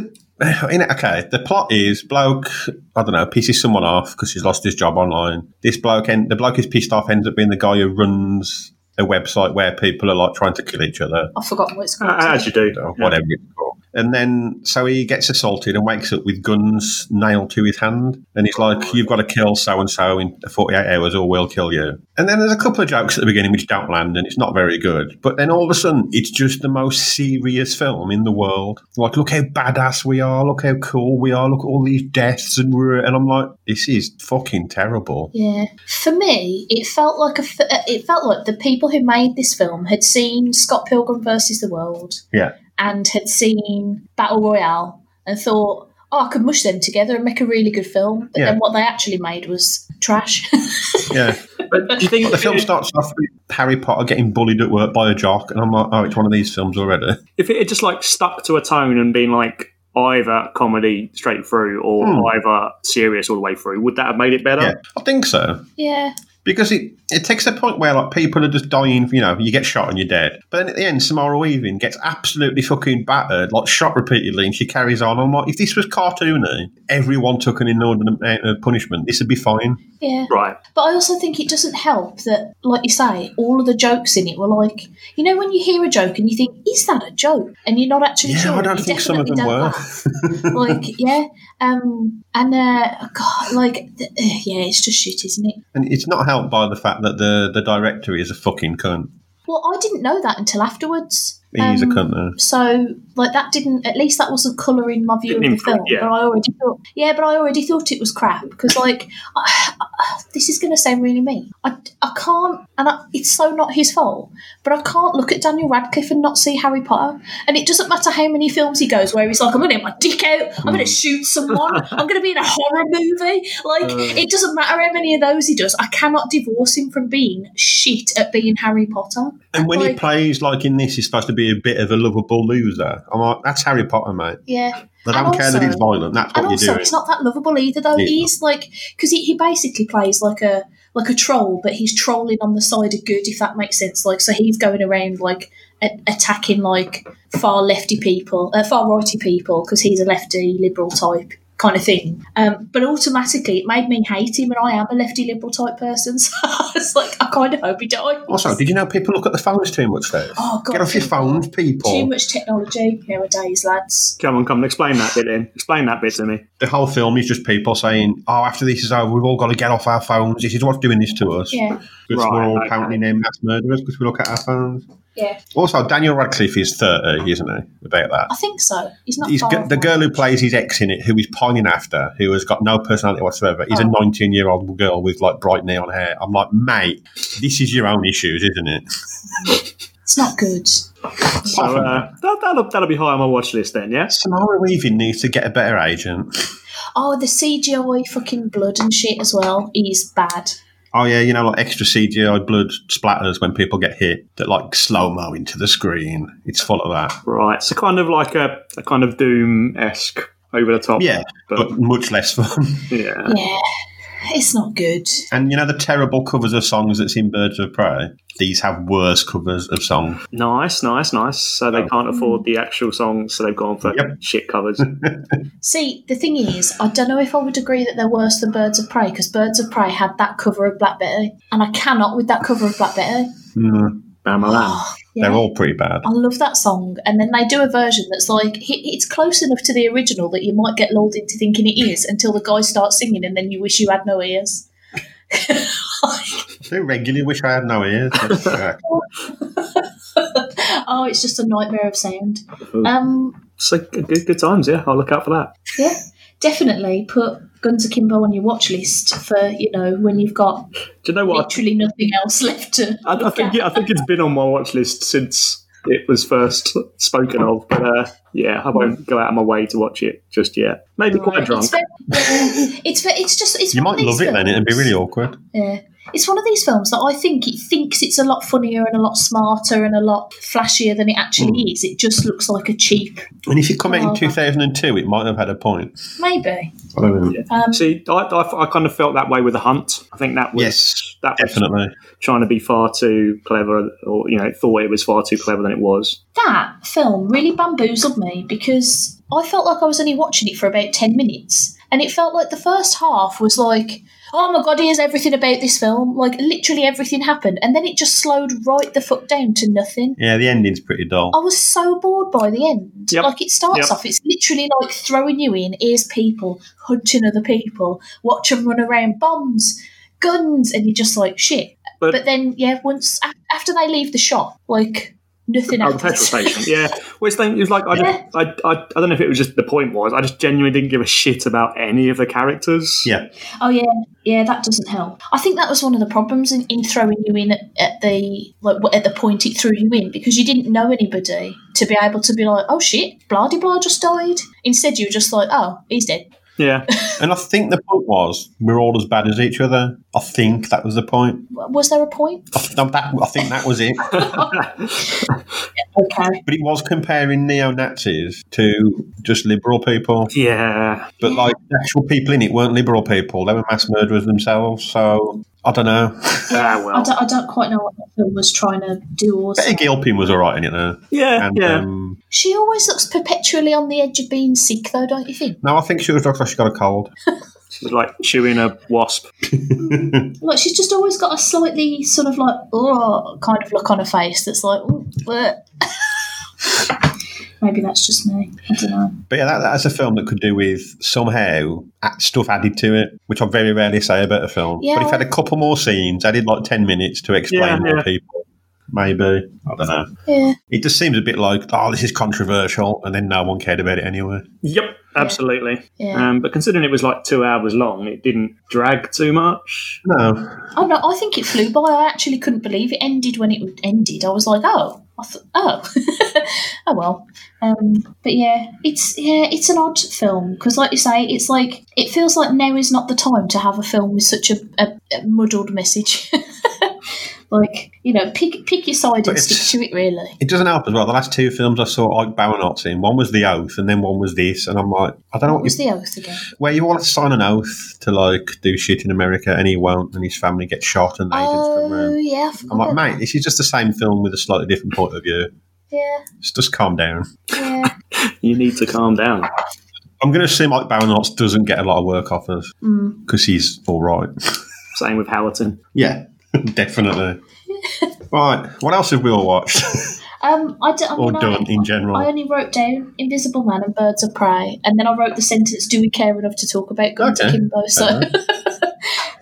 Speaker 3: in it, okay. The plot is bloke. I don't know. Pisses someone off because he's lost his job online. This bloke and the bloke is pissed off. Ends up being the guy who runs a website where people are like trying to kill each other
Speaker 1: I've forgotten what it's called.
Speaker 2: uh, as you do.
Speaker 3: or Oh, whatever it's called. And then so he gets assaulted and wakes up with guns nailed to his hand. And he's like, You've got to kill so and so in 48 hours or we'll kill you. And then there's a couple of jokes at the beginning which don't land and it's not very good. But then all of a sudden, it's just the most serious film in the world. Like, look how badass we are. Look how cool we are. Look at all these deaths. And, we're, and I'm like, This is fucking terrible.
Speaker 1: Yeah, for me, it felt like a f- uh, it felt like the people who made this film had seen Scott Pilgrim versus the World,
Speaker 3: Yeah.
Speaker 1: and had seen Battle Royale and thought, "Oh, I could mush them together and make a really good film." But
Speaker 3: Yeah.
Speaker 1: then what they actually made was trash.
Speaker 3: Yeah.
Speaker 2: But do you think
Speaker 3: But the film starts off with Harry Potter getting bullied at work by a jock. And I'm like, Oh, it's one of these films already.
Speaker 2: if it had just like stuck to a tone and been like either comedy straight through or
Speaker 3: Hmm.
Speaker 2: either serious all the way through, would that have made it better?
Speaker 3: Yeah, I think so.
Speaker 1: yeah,
Speaker 3: Because it, it takes a point where like people are just dying, you know, you get shot and you're dead. But then at the end, Samara Weaving gets absolutely fucking battered, like shot repeatedly, and she carries on. I'm like, if this was cartoony, everyone took an inordinate amount of punishment, this would be fine.
Speaker 1: yeah.
Speaker 2: Right.
Speaker 1: But I also think it doesn't help that, like you say, all of the jokes in it were like, you know, when you hear a joke and you think, "Is that a joke?" and you're not actually
Speaker 3: Yeah,
Speaker 1: sure.
Speaker 3: I don't
Speaker 1: you
Speaker 3: think some of
Speaker 1: definitely
Speaker 3: them
Speaker 1: don't
Speaker 3: were.
Speaker 1: laugh. like yeah um and uh god like th- uh, yeah it's just shit isn't it
Speaker 3: And it's not helped by the fact that the, the director is a fucking cunt.
Speaker 1: well i didn't know that until afterwards
Speaker 3: He's
Speaker 1: Um,
Speaker 3: a cunt, though.
Speaker 1: so like that didn't at least that wasn't colouring my view of
Speaker 2: Didn't
Speaker 1: the
Speaker 2: improve,
Speaker 1: film
Speaker 2: yeah.
Speaker 1: but i already thought yeah but i already thought it was crap because like I, I, this is going to sound really mean i, I can't and I, it's so not his fault but i can't look at daniel radcliffe and not see harry potter and it doesn't matter how many films he goes where he's like i'm going to get my dick out i'm going
Speaker 3: Hmm.
Speaker 1: to shoot someone i'm going to be in a horror movie like
Speaker 3: Hmm.
Speaker 1: it doesn't matter how many of those he does i cannot divorce him from being shit at being harry potter
Speaker 3: And when he
Speaker 1: like-
Speaker 3: plays like in this, he's supposed to be a bit of a lovable loser. I'm like, that's Harry Potter, mate.
Speaker 1: yeah
Speaker 3: I
Speaker 1: And
Speaker 3: don't care that
Speaker 1: also-
Speaker 3: he's violent. That's
Speaker 1: and
Speaker 3: what you're
Speaker 1: also
Speaker 3: doing.
Speaker 1: he's not that lovable either though
Speaker 3: Yeah.
Speaker 1: he's like because he, he basically plays like a like a troll but he's trolling on the side of good if that makes sense like so he's going around like a- attacking like far lefty people uh, far righty people because he's a lefty liberal type kind of thing um, but automatically it made me hate him and i am a lefty liberal type person so i was like i kind of hope he dies
Speaker 3: Also, did you know people look at the phones too much, Dave?
Speaker 1: Oh, God.
Speaker 3: Get off your phones, people.
Speaker 1: too much technology nowadays lads
Speaker 2: Come on, come on, explain that bit then. Explain that bit to me.
Speaker 3: The whole film is just people saying, "Oh, after this is over, we've all got to get off our phones. This is what's doing this to us."
Speaker 1: yeah
Speaker 3: Because
Speaker 2: Right,
Speaker 3: we're all
Speaker 2: okay.
Speaker 3: apparently named mass murderers because we look at our phones.
Speaker 1: yeah
Speaker 3: Also, Daniel Radcliffe is thirty, isn't he? About that,
Speaker 1: i think so he's not
Speaker 3: he's
Speaker 1: far
Speaker 3: g- the
Speaker 1: off.
Speaker 3: girl who plays his ex in it, who he's pining after, who has got no personality whatsoever. Is
Speaker 1: Oh.
Speaker 3: a nineteen-year-old girl with like bright neon hair. I'm like, mate, this is your own issues, isn't it?
Speaker 1: it's not good
Speaker 2: So uh, that, that'll, that'll be high on my watch list then, yeah?
Speaker 3: Samara Weaving needs to get a better agent.
Speaker 1: Oh, the CGI fucking blood and shit as well is bad.
Speaker 3: Oh yeah, you know, like extra CGI blood splatters when people get hit that like slow mo into the screen. It's full of that.
Speaker 2: Right. So kind of like a, a kind of Doom esque over the top.
Speaker 3: Yeah,
Speaker 2: But,
Speaker 3: but much less fun.
Speaker 2: yeah.
Speaker 1: Yeah. It's not good.
Speaker 3: And you know the terrible covers of songs that's in Birds of Prey? These have worse covers of songs.
Speaker 2: Nice, nice, nice. So they
Speaker 3: Oh.
Speaker 2: can't afford the actual songs, so they've gone for
Speaker 3: Yep.
Speaker 2: shit covers.
Speaker 1: See, the thing is, I don't know if I would agree that they're worse than Birds of Prey because Birds of Prey had that cover of Black Betty, and I cannot with that cover of Black Betty.
Speaker 3: Mm,
Speaker 2: Bamalan.
Speaker 1: Oh, yeah.
Speaker 3: They're all pretty bad.
Speaker 1: I love that song, and then they do a version that's like hi- it's close enough to the original that you might get lulled into thinking it is until the guy starts singing, and then you wish you had no ears.
Speaker 3: I do regularly wish I had no ears. but, uh,
Speaker 1: oh, it's just a nightmare of sound. Um,
Speaker 2: So good, good- good times, yeah. I'll look out for that.
Speaker 1: yeah, definitely put Guns Akimbo on your watch list for you know when you've got
Speaker 2: Do you know what?
Speaker 1: literally nothing else left to.
Speaker 2: I, I think yeah, I think it's been on my watch list since it was first spoken of, but uh, yeah, I won't go out of my way to watch it just yet. Maybe quite drunk.
Speaker 1: It's, very, it's, very, it's just it's
Speaker 3: you
Speaker 1: one
Speaker 3: might
Speaker 1: of these
Speaker 3: love it then, it'd be
Speaker 1: films-
Speaker 3: really awkward.
Speaker 1: Yeah. It's one of these films that I think it thinks it's a lot funnier and a lot smarter and a lot flashier than it actually
Speaker 3: Hmm.
Speaker 1: is. It just looks like a cheap.
Speaker 3: And if you come out
Speaker 1: Oh.
Speaker 3: in 2002, it might have had a point.
Speaker 1: Maybe.
Speaker 3: I don't know.
Speaker 1: Um,
Speaker 2: See, I, I, I kind of felt that way with the hunt. I think that was
Speaker 3: Yes,
Speaker 2: that was
Speaker 3: Definitely.
Speaker 2: trying to be far too clever, or you know, thought it was far too clever than it was.
Speaker 1: that film really bamboozled me because I felt like I was only watching it for about 10 minutes. And it felt like the first half was like, oh my god, here's everything about this film. Like, literally everything happened. And then it just slowed right the foot down to nothing.
Speaker 3: Yeah, the ending's pretty dull.
Speaker 1: I was so bored by the end.
Speaker 2: Yep.
Speaker 1: Like it starts
Speaker 2: Yep.
Speaker 1: off, it's literally like throwing you in. Here's people hunting other people, watch them run around, bombs, guns, and you're just like shit.
Speaker 2: But-
Speaker 1: But, then, yeah, once af- after they leave the shop, like nothing
Speaker 2: Oh, the
Speaker 1: happens.
Speaker 2: petrol station, yeah. Which thing it was like, I, just, I, I, I don't know if it was just the point was, I just genuinely didn't give a shit about any of the characters.
Speaker 3: Yeah.
Speaker 1: oh yeah, yeah, that doesn't help. I think that was one of the problems in, in throwing you in at, at the like w- at the point it threw you in because you didn't know anybody to be able to be like, oh shit, blah de blah just died. Instead, you were just like, oh, he's dead.
Speaker 2: yeah.
Speaker 3: And I think the point was we're all as bad as each other. I think that was the point.
Speaker 1: W- Was there a point?
Speaker 3: I, th- that, I think that was it.
Speaker 1: Okay.
Speaker 3: But it was comparing neo Nazis to just liberal people.
Speaker 2: yeah.
Speaker 3: But like the actual people in it weren't liberal people; they were mass murderers themselves. So I don't know.
Speaker 2: Ah, well.
Speaker 1: I don't, I don't quite know what the film was trying to do. Or
Speaker 3: Betty
Speaker 1: say.
Speaker 3: Gilpin was all right in it though.
Speaker 2: Yeah,
Speaker 3: And,
Speaker 2: yeah.
Speaker 3: Um,
Speaker 1: She always looks perpetually on the edge of being sick, though, don't you think?
Speaker 3: no, I think she was looked like she got a cold.
Speaker 2: She's like chewing a wasp.
Speaker 1: Like she's just always got a slightly sort of like oh kind of look on her face that's like "Ooh, bleh." maybe that's just me. I don't know.
Speaker 3: But yeah, that, that's a film that could do with somehow add- stuff added to it, which I very rarely say about a film.
Speaker 1: Yeah.
Speaker 3: But if it had a couple more scenes, added like ten minutes to
Speaker 2: Yeah,
Speaker 3: explain more
Speaker 2: yeah.
Speaker 3: people, maybe. I don't know.
Speaker 1: Yeah,
Speaker 3: It just seems a bit like, oh, this is controversial, and then no one cared about it anyway.
Speaker 2: Yep, absolutely.
Speaker 3: Uh,
Speaker 1: Yeah.
Speaker 2: Um, but considering it was like two hours long, it didn't drag too much.
Speaker 3: No,
Speaker 1: oh no, I think it flew by. I actually couldn't believe it ended when it ended. I was like, oh, I th- oh, oh well. Um, but yeah, it's yeah, it's an odd film because, like you say, it's like it feels like now is not the time to have a film with such a, a, a muddled message. like you know, pick pick your side and
Speaker 3: it's-
Speaker 1: stick to it. Really,
Speaker 3: it doesn't help as well. The last two films I saw Ike Barinot's in, one was The Oath, and then one was this, and I'm like, I don't know
Speaker 1: what
Speaker 3: what
Speaker 1: was
Speaker 3: you,
Speaker 1: the oath again?
Speaker 3: where you all have to sign an oath to like do shit in America, and he won't, and his family gets shot, and they just come
Speaker 1: Oh
Speaker 3: round.
Speaker 1: yeah, I
Speaker 3: I'm
Speaker 1: forgot.
Speaker 3: like, mate, this is just the same film with a slightly different point of view.
Speaker 1: yeah,
Speaker 3: Just, just calm down.
Speaker 1: yeah.
Speaker 2: You need to calm down.
Speaker 3: I'm going to assume Ike Barinot's doesn't get a lot of work offers
Speaker 1: Mm.
Speaker 3: because he's all right.
Speaker 2: Same with Howerton.
Speaker 3: Yeah, definitely. right, what else have we all watched?
Speaker 1: Um, I don't. I'm
Speaker 3: or
Speaker 1: gonna-
Speaker 3: done in general?
Speaker 1: I only wrote down Invisible Man and Birds of Prey, and then I wrote the sentence, Do we care enough to talk about Guns
Speaker 3: Okay.
Speaker 1: Akimbo? So,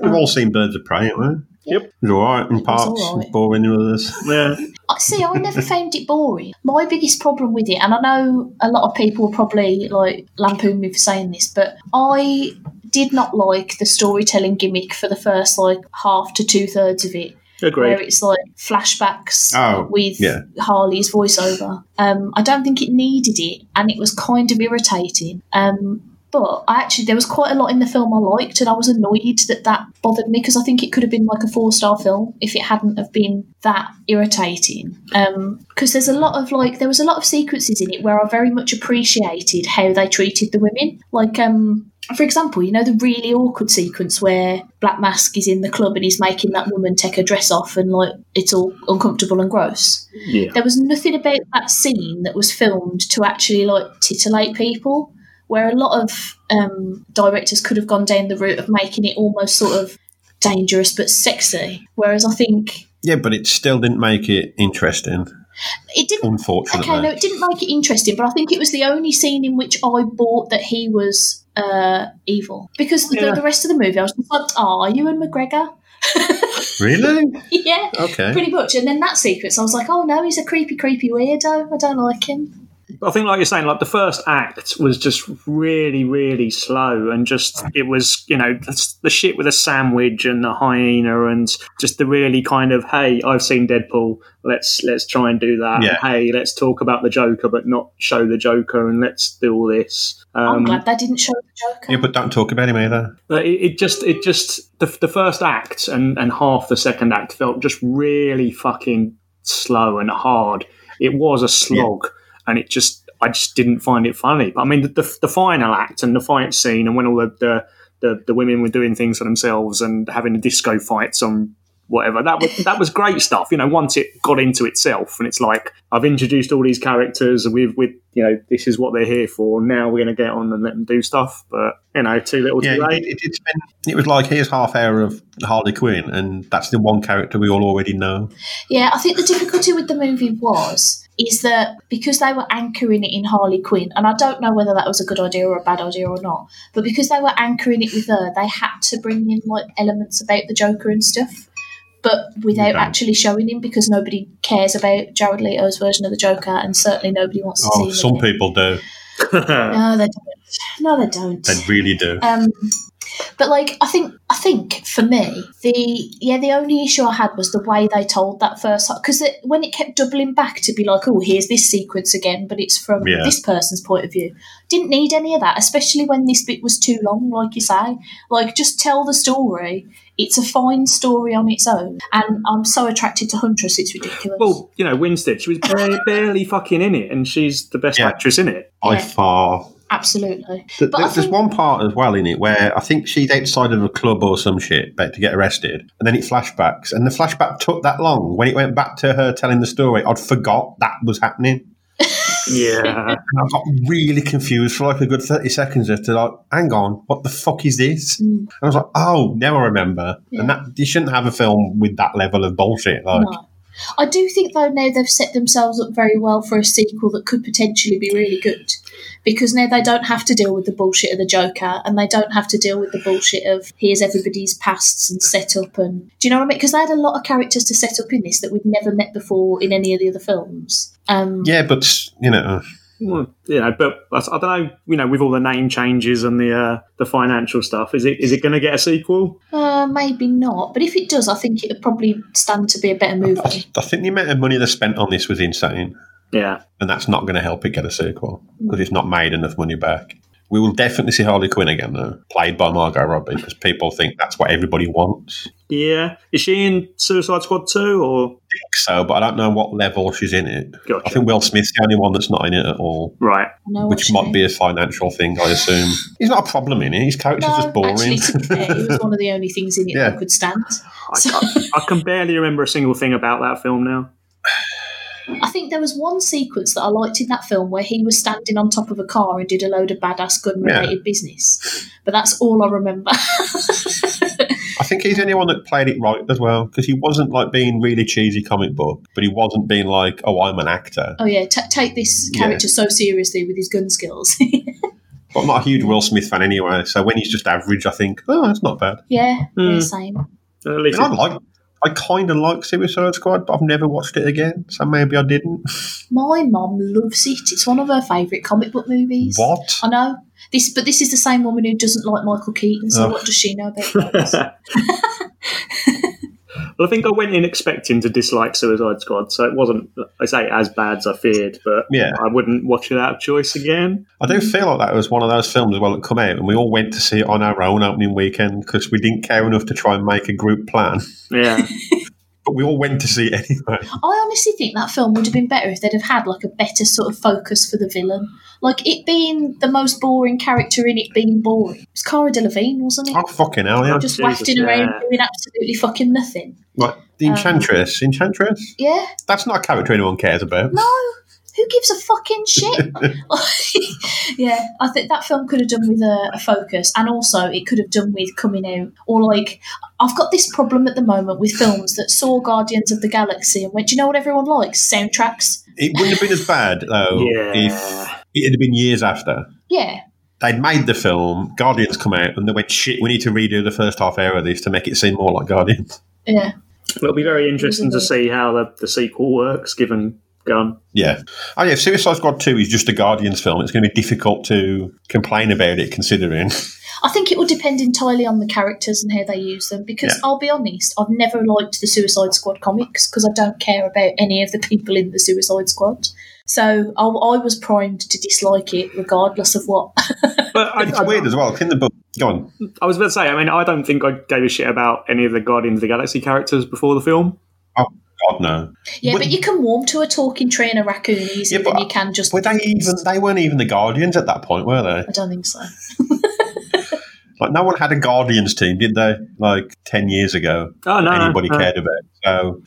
Speaker 3: We've all seen Birds of Prey, haven't we?
Speaker 2: Yep.
Speaker 3: It was all right in parts,
Speaker 1: um, all right.
Speaker 3: boring in others.
Speaker 2: Yeah.
Speaker 1: I see, I never found it boring. My biggest problem with it, and I know a lot of people will probably like lampoon me for saying this, but I did not like the storytelling gimmick for the first like half to two thirds of it. Where
Speaker 2: Agreed.
Speaker 1: it's like flashbacks
Speaker 3: Oh,
Speaker 1: with
Speaker 3: yeah.
Speaker 1: Harley's voiceover. Um, I don't think it needed it, and it was kind of irritating. Um, but I actually, there was quite a lot in the film I liked, and I was annoyed that that bothered me because I think it could have been like a four star film if it hadn't have been that irritating. Because there's a lot of like, there was a lot of sequences in it where I very much appreciated how they treated the women. Like, um, for example, you know the really awkward sequence where Black Mask is in the club and he's making that woman take her dress off and like it's all uncomfortable and gross.
Speaker 2: Yeah.
Speaker 1: There was nothing about that scene that was filmed to actually like titillate people. Where a lot of um, directors could have gone down the route of making it almost sort of dangerous but sexy. Whereas I think
Speaker 3: Yeah, but it still didn't make it interesting,
Speaker 1: it didn't
Speaker 3: unfortunately.
Speaker 1: Okay, no, it didn't make it interesting, but I think it was the only scene in which I bought that he was uh, evil because the,
Speaker 2: Yeah.
Speaker 1: the rest of the movie I was just like, "Oh, are you and McGregor?"
Speaker 3: Really?
Speaker 1: yeah,
Speaker 3: Okay.
Speaker 1: pretty much. And then that sequence, I was like, "Oh no, he's a creepy, creepy weirdo. I don't like him."
Speaker 2: I think, like you're saying, like the first act was just really, really slow, and just it was, you know, that's the shit with a sandwich and the hyena, and just the really kind of, hey, I've seen Deadpool, let's let's try and do that.
Speaker 3: Yeah.
Speaker 2: Hey, let's talk about the Joker, but not show the Joker, and let's do all this.
Speaker 1: I'm
Speaker 2: Um,
Speaker 1: glad they didn't show the Joker.
Speaker 3: Yeah, but don't talk about him either.
Speaker 2: but it, it just, it just the, the first act and and half the second act felt just really fucking slow and hard. It was a slog, and it just I just didn't find it funny. But I mean, the, the, the final act and the fight scene, and when all the, the the the women were doing things for themselves and having the disco fights on whatever that was that was great stuff. You know, once it got into itself, and it's like I've introduced all these characters, and we've with you know this is what they're here for. Now we're going to get on and let them do stuff. But you know, too little,
Speaker 3: Yeah,
Speaker 2: too
Speaker 3: it,
Speaker 2: late.
Speaker 3: it, it, spent, it was like here's half hour of Harley Quinn, and that's the one character we all already know.
Speaker 1: Yeah, I think the difficulty with the movie was is that because they were anchoring it in Harley Quinn, and I don't know whether that was a good idea or a bad idea or not, but because they were anchoring it with her, they had to bring in like elements about the Joker and stuff, but without
Speaker 3: don't.
Speaker 1: actually showing him because nobody cares about Jared Leto's version of the Joker, and certainly nobody wants to see
Speaker 3: Oh,
Speaker 1: him
Speaker 3: some
Speaker 1: again.
Speaker 3: people do.
Speaker 1: No, they don't. No, they don't.
Speaker 3: They really do.
Speaker 1: Um, but like, I think, I think for me, the yeah, the only issue I had was the way they told that first because when it kept doubling back to be like, oh, here's this sequence again, but it's from
Speaker 3: Yeah.
Speaker 1: this person's point of view. Didn't need any of that, especially when this bit was too long. Like you say, like just tell the story. It's a fine story on its own, and I'm so attracted to Huntress, it's ridiculous.
Speaker 2: Well, you know, Winstead, she was barely, barely fucking in it, and she's the best
Speaker 3: Yeah.
Speaker 2: actress in it.
Speaker 3: By
Speaker 1: yeah.
Speaker 3: far.
Speaker 1: Absolutely,
Speaker 3: Th-
Speaker 1: But I
Speaker 3: There's, there's
Speaker 1: think-
Speaker 3: one part as well in it where I think she's outside of a club or some shit, about to get arrested, and then it flashbacks, and the flashback took that long. When it went back to her telling the story, I'd forgot that was happening.
Speaker 2: Yeah,
Speaker 3: And I got really confused for like a good thirty seconds as to like, hang on, what the fuck is this?
Speaker 1: Mm.
Speaker 3: And I was like, oh, now I remember. And that you shouldn't have a film with that level of bullshit. Like,
Speaker 1: no. I do think though now they've set themselves up very well for a sequel that could potentially be really good, because now they don't have to deal with the bullshit of the Joker, and they don't have to deal with the bullshit of here's everybody's pasts and set up and do you know what I mean? Because they had a lot of characters to set up in this that we'd never met before in any of the other films. Um,
Speaker 3: yeah, but you know,
Speaker 2: well, you know, but I, I don't know. You know, with all the name changes and the uh, the financial stuff, is it is it going to get a sequel?
Speaker 1: uh, maybe not, but if it does, I think it would probably stand to be a better movie.
Speaker 3: I think the amount of money they spent on this was insane.
Speaker 2: Yeah,
Speaker 3: and that's not going to help it get a sequel because it's not made enough money back. We will definitely see Harley Quinn again, though, played by Margot Robbie, because people think that's what everybody wants.
Speaker 2: yeah. Is she in Suicide Squad two or?
Speaker 3: I think so, but I don't know what level she's in it. I
Speaker 2: Gotcha.
Speaker 3: think Will Smith's the only one that's not in it at all,
Speaker 2: Right.
Speaker 1: I know
Speaker 3: which
Speaker 1: what you
Speaker 3: might be a financial thing, I assume. He's not a problem in it. His character's
Speaker 1: No,
Speaker 3: just boring.
Speaker 1: actually, to be fair, it was one of the only things in it
Speaker 3: Yeah.
Speaker 1: that could stand.
Speaker 2: I, I, I can barely remember a single thing about that film now.
Speaker 1: I think there was one sequence that I liked in that film where he was standing on top of a car and did a load of badass gun related business. But that's all I remember.
Speaker 3: I think he's the only one that played it right as well, because he wasn't like being really cheesy comic book, but he wasn't being like, oh, I'm an actor.
Speaker 1: oh, yeah, t- take this
Speaker 3: Yeah.
Speaker 1: character so seriously with his gun skills.
Speaker 3: But I'm not a huge Will Smith fan anyway, so when he's just average, I think, oh, that's not bad.
Speaker 1: yeah,
Speaker 2: Hmm.
Speaker 1: yeah, same.
Speaker 2: At least
Speaker 3: I mean, I like. I kind of like Suicide Squad, but I've never watched it again, so maybe I didn't.
Speaker 1: My mom loves it. It's one of her favourite comic book movies.
Speaker 3: What?
Speaker 1: I know. This, but this is the same woman who doesn't like Michael Keaton, so
Speaker 3: Ugh.
Speaker 1: what does she know about films?
Speaker 2: well, I think I went in expecting to dislike Suicide Squad, so it wasn't, I say, as bad as I feared, but
Speaker 3: Yeah.
Speaker 2: I wouldn't watch it out of choice again.
Speaker 3: I do feel like that was one of those films as well that come out, and we all went to see it on our own opening weekend because we didn't care enough to try and make a group plan.
Speaker 2: Yeah.
Speaker 3: but we all went to see it anyway.
Speaker 1: I honestly think that film would have been better if they'd have had like a better sort of focus for the villain. Like it being the most boring character in it being boring. It was Cara Delevingne, wasn't it?
Speaker 3: Oh fucking hell! Yeah,
Speaker 1: Just
Speaker 2: Jesus,
Speaker 1: wafting
Speaker 2: yeah.
Speaker 1: around doing absolutely fucking nothing.
Speaker 3: like the
Speaker 1: Um,
Speaker 3: Enchantress. Enchantress.
Speaker 1: Yeah.
Speaker 3: That's not a character anyone cares about.
Speaker 1: No. Who gives a fucking shit? yeah, I think that film could have done with a, a focus, and also it could have done with coming out or like I've got this problem at the moment with films that saw Guardians of the Galaxy and went, do you know what everyone likes? Soundtracks.
Speaker 3: It wouldn't have been as bad though
Speaker 2: Yeah.
Speaker 3: if it had been years after.
Speaker 1: Yeah,
Speaker 3: They'd made the film, Guardians come out, and they went, shit, we need to redo the first half hour of this to make it seem more like Guardians.
Speaker 1: yeah.
Speaker 2: It'll be very interesting to see how the, the sequel works, given Gun.
Speaker 3: Yeah. Oh, yeah, if Suicide Squad 2 is just a Guardians film, it's going to be difficult to complain about it considering.
Speaker 1: I think it will depend entirely on the characters and how they use them. Because
Speaker 3: Yeah.
Speaker 1: I'll be honest, I've never liked the Suicide Squad comics because I don't care about any of the people in the Suicide Squad. So I, I was primed to dislike it, regardless of what.
Speaker 2: But I,
Speaker 3: It's
Speaker 2: I,
Speaker 3: weird as well. It's in the book. Go on.
Speaker 2: I was about to say, I mean, I don't think I gave a shit about any of the Guardians of the Galaxy characters before the film.
Speaker 3: Oh, God, no.
Speaker 1: yeah,
Speaker 3: Would-
Speaker 1: but you can warm to a talking tree and a raccoon easier
Speaker 3: Yeah, but
Speaker 1: than you
Speaker 3: I-
Speaker 1: can just.
Speaker 3: Were they even? They weren't even the Guardians at that point, were they?
Speaker 1: I don't think so.
Speaker 3: Like no one had a Guardians team, did they? Like ten years ago,
Speaker 2: Oh, no.
Speaker 3: that anybody
Speaker 2: no.
Speaker 3: cared about. So,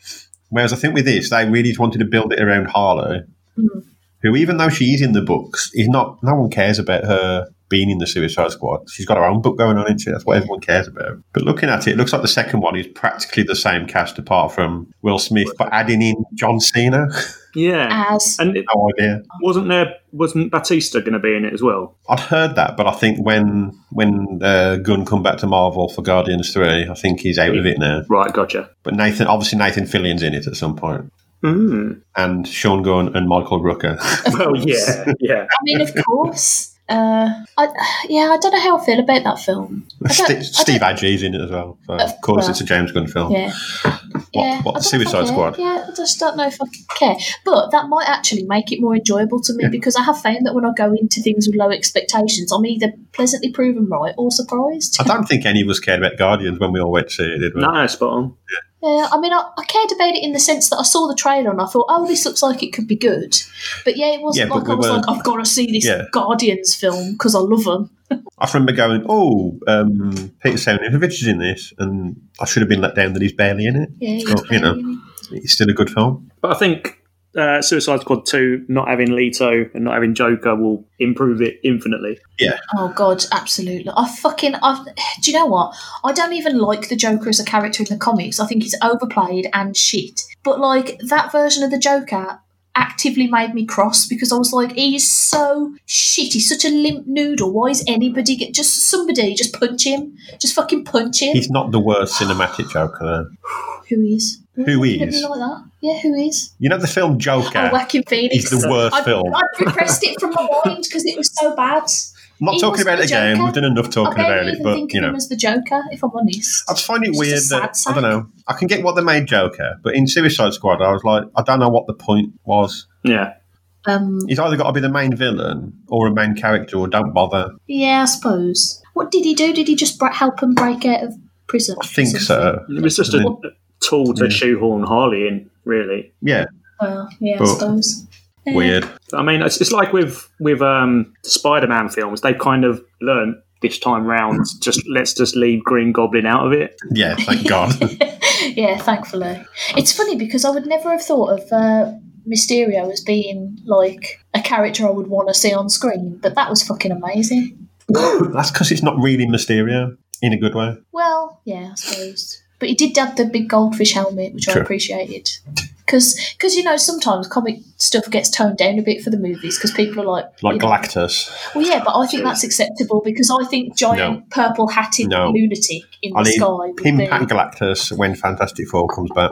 Speaker 3: whereas I think with this, they really just wanted to build it around Harlow,
Speaker 1: Mm.
Speaker 3: who, even though she is in the books, is not. No one cares about her being in the Suicide Squad. She's got her own book going on, isn't she? That's what everyone cares about. But looking at it, it looks like the second one is practically the same cast, apart from Will Smith, but adding in John Cena. Uh,
Speaker 2: Yeah.
Speaker 1: As
Speaker 2: and it,
Speaker 3: no idea.
Speaker 2: wasn't there, wasn't Batista going to be in it as well?
Speaker 3: I'd heard that, but I think when when uh, Gunn come back to Marvel for Guardians Three, I think he's out of it now.
Speaker 2: Right, gotcha.
Speaker 3: But Nathan, obviously Nathan Fillion's in it at some point,
Speaker 2: Mm.
Speaker 3: and Sean Gunn and Michael Rooker.
Speaker 2: Well, yeah, yeah.
Speaker 1: I mean, of course. Uh, I, yeah, I don't know how I feel about that film. I don't- I
Speaker 3: St-
Speaker 1: don't-
Speaker 3: Steve Adgee's in it as well. So of course,
Speaker 1: well.
Speaker 3: it's a James Gunn film.
Speaker 1: Yeah.
Speaker 3: What-
Speaker 1: yeah.
Speaker 3: what,
Speaker 1: I don't know if I
Speaker 3: Suicide
Speaker 1: care.
Speaker 3: Squad?
Speaker 1: Yeah, I just don't know if I care. But that might actually make it more enjoyable to me because I have found that when I go into things with low expectations, I'm either pleasantly proven right or surprised.
Speaker 3: I don't think any of us cared about Guardians when we all went to see it, did we?
Speaker 2: No, spot on.
Speaker 1: Yeah, I mean, I, I cared about it in the sense that I saw the trailer and I thought, oh, this looks like it could be good. But yeah, it wasn't
Speaker 3: Yeah, but
Speaker 1: like I
Speaker 3: we
Speaker 1: was
Speaker 3: weren't-
Speaker 1: like, I've got to see this
Speaker 3: Yeah.
Speaker 1: Guardians film because I love them.
Speaker 3: I remember going, "Oh, um, Peter Samulovich is in this," and I should have been let down that he's barely in it.
Speaker 1: Yeah,
Speaker 3: Well, you know. It's still a good film.
Speaker 2: But I think uh, Suicide Squad 2, not having Leto and not having Joker, will improve it infinitely.
Speaker 1: Oh god, absolutely! I fucking, I. Do you know what? I don't even like the Joker as a character in the comics. I think he's overplayed and shit. But like that version of the Joker actively made me cross because I was like, he's so shit. He's such a limp noodle. Why is anybody get just somebody just punch him? Just fucking punch him.
Speaker 3: He's not the worst cinematic Joker. Though.
Speaker 1: who is?
Speaker 3: Who
Speaker 1: Let me
Speaker 3: is?
Speaker 1: like that. Yeah, who is?
Speaker 3: You know the film Joker.
Speaker 1: Oh, Whacking Phoenix.
Speaker 3: It's the worst
Speaker 1: I,
Speaker 3: film.
Speaker 1: I repressed it from my mind because it was so bad.
Speaker 3: I'm not
Speaker 1: He
Speaker 3: talking
Speaker 1: was
Speaker 3: about
Speaker 1: the
Speaker 3: it again.
Speaker 1: Joker.
Speaker 3: We've done enough
Speaker 1: I
Speaker 3: talking
Speaker 1: barely
Speaker 3: about it,
Speaker 1: even
Speaker 3: but
Speaker 1: think
Speaker 3: you
Speaker 1: of
Speaker 3: know,
Speaker 1: him as the Joker, if I'm honest.
Speaker 3: I just find it
Speaker 1: Just a
Speaker 3: weird
Speaker 1: sad
Speaker 3: that
Speaker 1: sack.
Speaker 3: I don't know. I can get what they made Joker, but in Suicide Squad, I was like, I don't know what the point was.
Speaker 2: Yeah.
Speaker 1: Um,
Speaker 3: He's either got to be the main villain or a main character, or don't bother.
Speaker 1: yeah, I suppose. What did he do? Did he just br- help him break out of prison?
Speaker 3: I think so.
Speaker 2: It was just a tool to
Speaker 3: Mm-hmm. Yeah.
Speaker 2: shoehorn Harley in, really.
Speaker 3: Yeah,
Speaker 1: Well, yeah, I
Speaker 3: But-
Speaker 1: suppose. Uh, Yeah.
Speaker 3: weird.
Speaker 2: I mean, it's, it's like with with um, Spider-Man films; they've kind of learned this time round. Just let's just leave Green Goblin out of it.
Speaker 3: Yeah, thank God.
Speaker 1: yeah, thankfully. It's funny because I would never have thought of uh, Mysterio as being like a character I would want to see on screen, but that was fucking amazing.
Speaker 3: That's because it's not really Mysterio in a good way.
Speaker 1: Well, yeah, I suppose. But he did have the big goldfish helmet, which I
Speaker 3: True.
Speaker 1: appreciated. Because, you know, sometimes comic stuff gets toned down a bit for the movies because people are like,
Speaker 3: Like
Speaker 1: you know,
Speaker 3: Galactus,
Speaker 1: Well, yeah, but I think that's acceptable because I think giant
Speaker 3: No.
Speaker 1: purple hatted
Speaker 3: No.
Speaker 1: lunatic in
Speaker 3: I
Speaker 1: the
Speaker 3: need
Speaker 1: sky. Would
Speaker 3: him
Speaker 1: be,
Speaker 3: and Galactus when Fantastic Four comes back.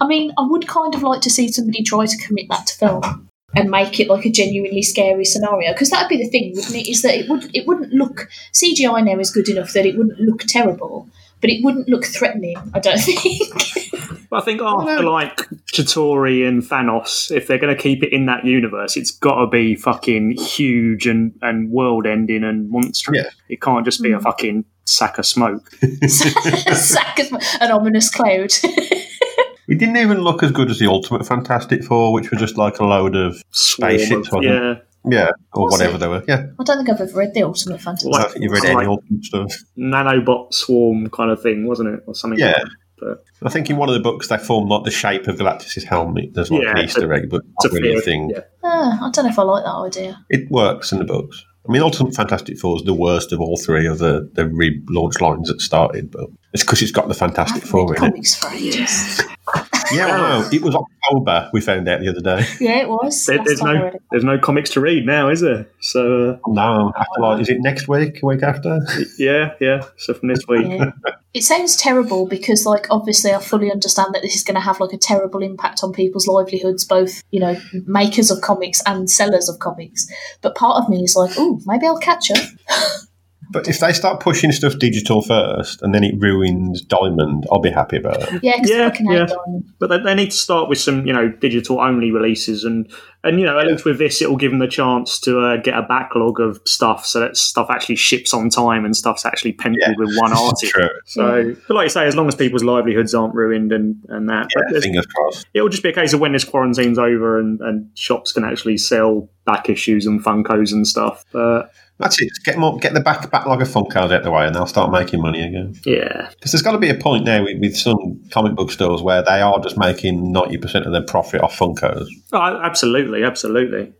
Speaker 1: I mean, I would kind of like to see somebody try to commit that to film and make it like a genuinely scary scenario because that'd be the thing, wouldn't it? Is that it would it wouldn't look CGI now is good enough that it wouldn't look terrible, but it wouldn't look threatening. I don't think.
Speaker 2: But I think after like Chitauri and Thanos, if they're going to keep it in that universe, it's got to be fucking huge and and world-ending and monstrous.
Speaker 3: Yeah. Hmm.
Speaker 2: It can't just be a fucking sack of smoke.
Speaker 1: Sack of- an ominous cloud.
Speaker 3: It didn't even look as good as the Ultimate Fantastic Four, which was just like a load of spaceships,
Speaker 2: Swarm of-
Speaker 3: wasn't it?
Speaker 2: yeah.
Speaker 3: Yeah, or
Speaker 1: Was
Speaker 3: whatever
Speaker 1: it?
Speaker 3: they were. Yeah,
Speaker 1: I don't think I've ever read the Ultimate Fantasy.
Speaker 3: I don't think you've read any
Speaker 2: Like-
Speaker 3: Ultimate stuff.
Speaker 2: nanobot swarm kind of thing, wasn't it, or something?
Speaker 3: Yeah.
Speaker 2: But-
Speaker 3: I think in one of the books they form like the shape of Galactus's helmet. There's like an
Speaker 2: Yeah,
Speaker 3: Easter egg, but
Speaker 2: It's
Speaker 3: not really a
Speaker 2: theory,
Speaker 3: thing.
Speaker 2: yeah.
Speaker 1: Ah, I don't know if I like that idea.
Speaker 3: It works in the books. I mean, Ultimate Fantastic Four is the worst of all three of the, the relaunch lines that started, but it's because it's got the
Speaker 1: I
Speaker 3: Fantastic
Speaker 1: haven't
Speaker 3: Four
Speaker 1: read
Speaker 3: in it.
Speaker 1: comics for ages.
Speaker 3: Yeah, I know. It was October, we found out the other day.
Speaker 1: Yeah, it was.
Speaker 2: There-
Speaker 1: last
Speaker 2: there's
Speaker 1: time I
Speaker 2: no
Speaker 1: read it.
Speaker 2: there's no comics to read now, is there? So uh,
Speaker 3: No, after like, is it next week, week after?
Speaker 2: yeah, yeah. So from this week,
Speaker 1: Yeah. It sounds terrible because, like, obviously, I fully understand that this is going to have like a terrible impact on people's livelihoods, both you know, makers of comics and sellers of comics. But part of me is like, oh, maybe I'll catch up.
Speaker 3: But if they start pushing stuff digital first and then it ruins Diamond, I'll be happy about it.
Speaker 1: Yeah, because
Speaker 2: Yeah,
Speaker 1: I fucking hate
Speaker 2: yeah.
Speaker 1: Diamond.
Speaker 2: but they, they need to start with some you know digital only releases, and and you know at least with this it'll give them the chance to uh, get a backlog of stuff, so that stuff actually ships on time and stuff's actually penciled
Speaker 3: Yeah.
Speaker 2: with one artist.
Speaker 3: True.
Speaker 2: So, but like you say, as long as people's livelihoods aren't ruined and and that, but
Speaker 3: Yeah,
Speaker 2: there's-
Speaker 3: fingers crossed.
Speaker 2: it'll just be a case of when this quarantine's over and, and shops can actually sell back issues and Funkos and stuff. But
Speaker 3: That's it. Just Get more, get the back backlog of Funkos out the way, and they'll start making money again.
Speaker 2: yeah,
Speaker 3: Because there's got to be a point now with, with some comic book stores where they are just making ninety percent of their profit off Funkos.
Speaker 2: oh, absolutely, absolutely.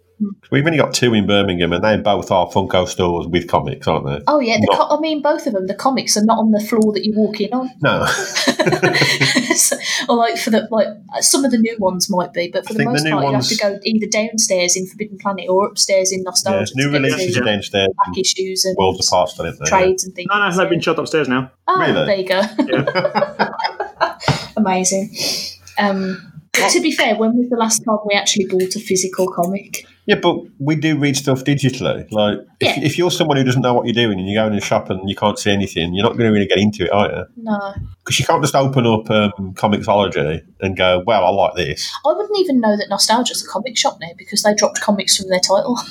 Speaker 3: We've only got two in Birmingham, and they both are Funko stores with comics, aren't they?
Speaker 1: Oh yeah, the co- I mean, both of them. The comics are not on the floor that you walk in on.
Speaker 3: No,
Speaker 1: So- or like for the like some of the new ones might be, but for
Speaker 3: I
Speaker 1: the
Speaker 3: think the
Speaker 1: most
Speaker 3: new
Speaker 1: part,
Speaker 3: ones-
Speaker 1: you have to go either downstairs in Forbidden Planet or upstairs in
Speaker 3: yeah,
Speaker 1: Nostalgia.
Speaker 3: new
Speaker 1: to get
Speaker 3: releases
Speaker 1: to
Speaker 3: are downstairs,
Speaker 1: back
Speaker 3: and
Speaker 1: issues and
Speaker 3: worlds apart, still, aren't they?
Speaker 1: trades and things.
Speaker 2: No, no, they've been shut upstairs now.
Speaker 1: Oh,
Speaker 3: Really?
Speaker 1: there you go. Amazing. Um, but to be fair, when was the last time we actually bought a physical comic?
Speaker 3: Yeah, but we do read stuff digitally. Like, if,
Speaker 1: Yeah.
Speaker 3: if you're someone who doesn't know what you're doing and you go in a shop and you can't see anything, you're not going to really get into it, are you?
Speaker 1: No,
Speaker 3: Because you can't just open up um, Comixology and go, well, I like this.
Speaker 1: I wouldn't even know that Nostalgia's a comic shop now because they dropped comics from their title. so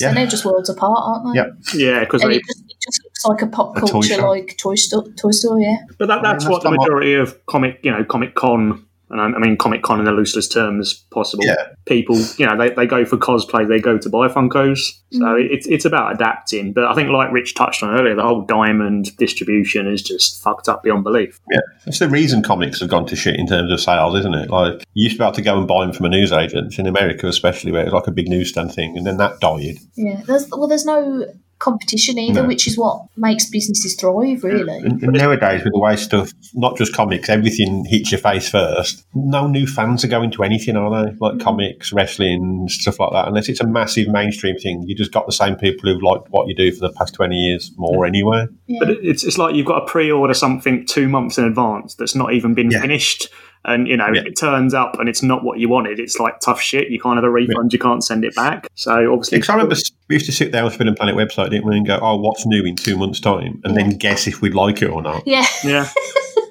Speaker 3: Yeah.
Speaker 1: they're just worlds apart, aren't they?
Speaker 3: Yeah.
Speaker 2: Yeah, because
Speaker 1: And it just, it just looks like a pop
Speaker 3: A toy
Speaker 1: culture,
Speaker 3: shop.
Speaker 1: like toy store, toy store, yeah.
Speaker 2: but that, that's
Speaker 3: that's
Speaker 2: what the
Speaker 3: somewhat-
Speaker 2: majority of comic, you know, comic con, and I, I mean comic con in the loosest terms possible.
Speaker 3: Yeah.
Speaker 2: People, you know, they, they go for cosplay, they go to buy Funkos. So it, it's it's about adapting. But I think, like Rich touched on earlier, the whole diamond distribution is just fucked up beyond belief.
Speaker 3: That's the reason comics have gone to shit in terms of sales, isn't it? Like, you used to be able to go and buy them from a newsagent in America, especially where it was like a big newsstand thing, and then that died.
Speaker 1: Yeah, there's, well, there's no competition either,
Speaker 3: No.
Speaker 1: which is what makes businesses thrive, really.
Speaker 3: And, and nowadays, with the way stuff, not just comics, everything hits your face first, no new fans are going to anything, are they? Like comics, wrestling, stuff like that. Unless it's a massive mainstream thing, you just got the same people who've liked what you do for the past 20 years more anyway.
Speaker 2: But it- it's it's like you've got to pre-order something two months in advance that's not even been
Speaker 3: Yeah.
Speaker 2: finished, and you know
Speaker 3: Yeah.
Speaker 2: it turns up and it's not what you wanted. It's like tough shit. You can't have a refund. You can't send it back. So obviously,
Speaker 3: Because I remember s- we used to sit there on Spin and Planet website, didn't we, and go, oh, what's new in two months' time? And then guess if we'd like it or not.
Speaker 1: Yeah.
Speaker 2: yeah,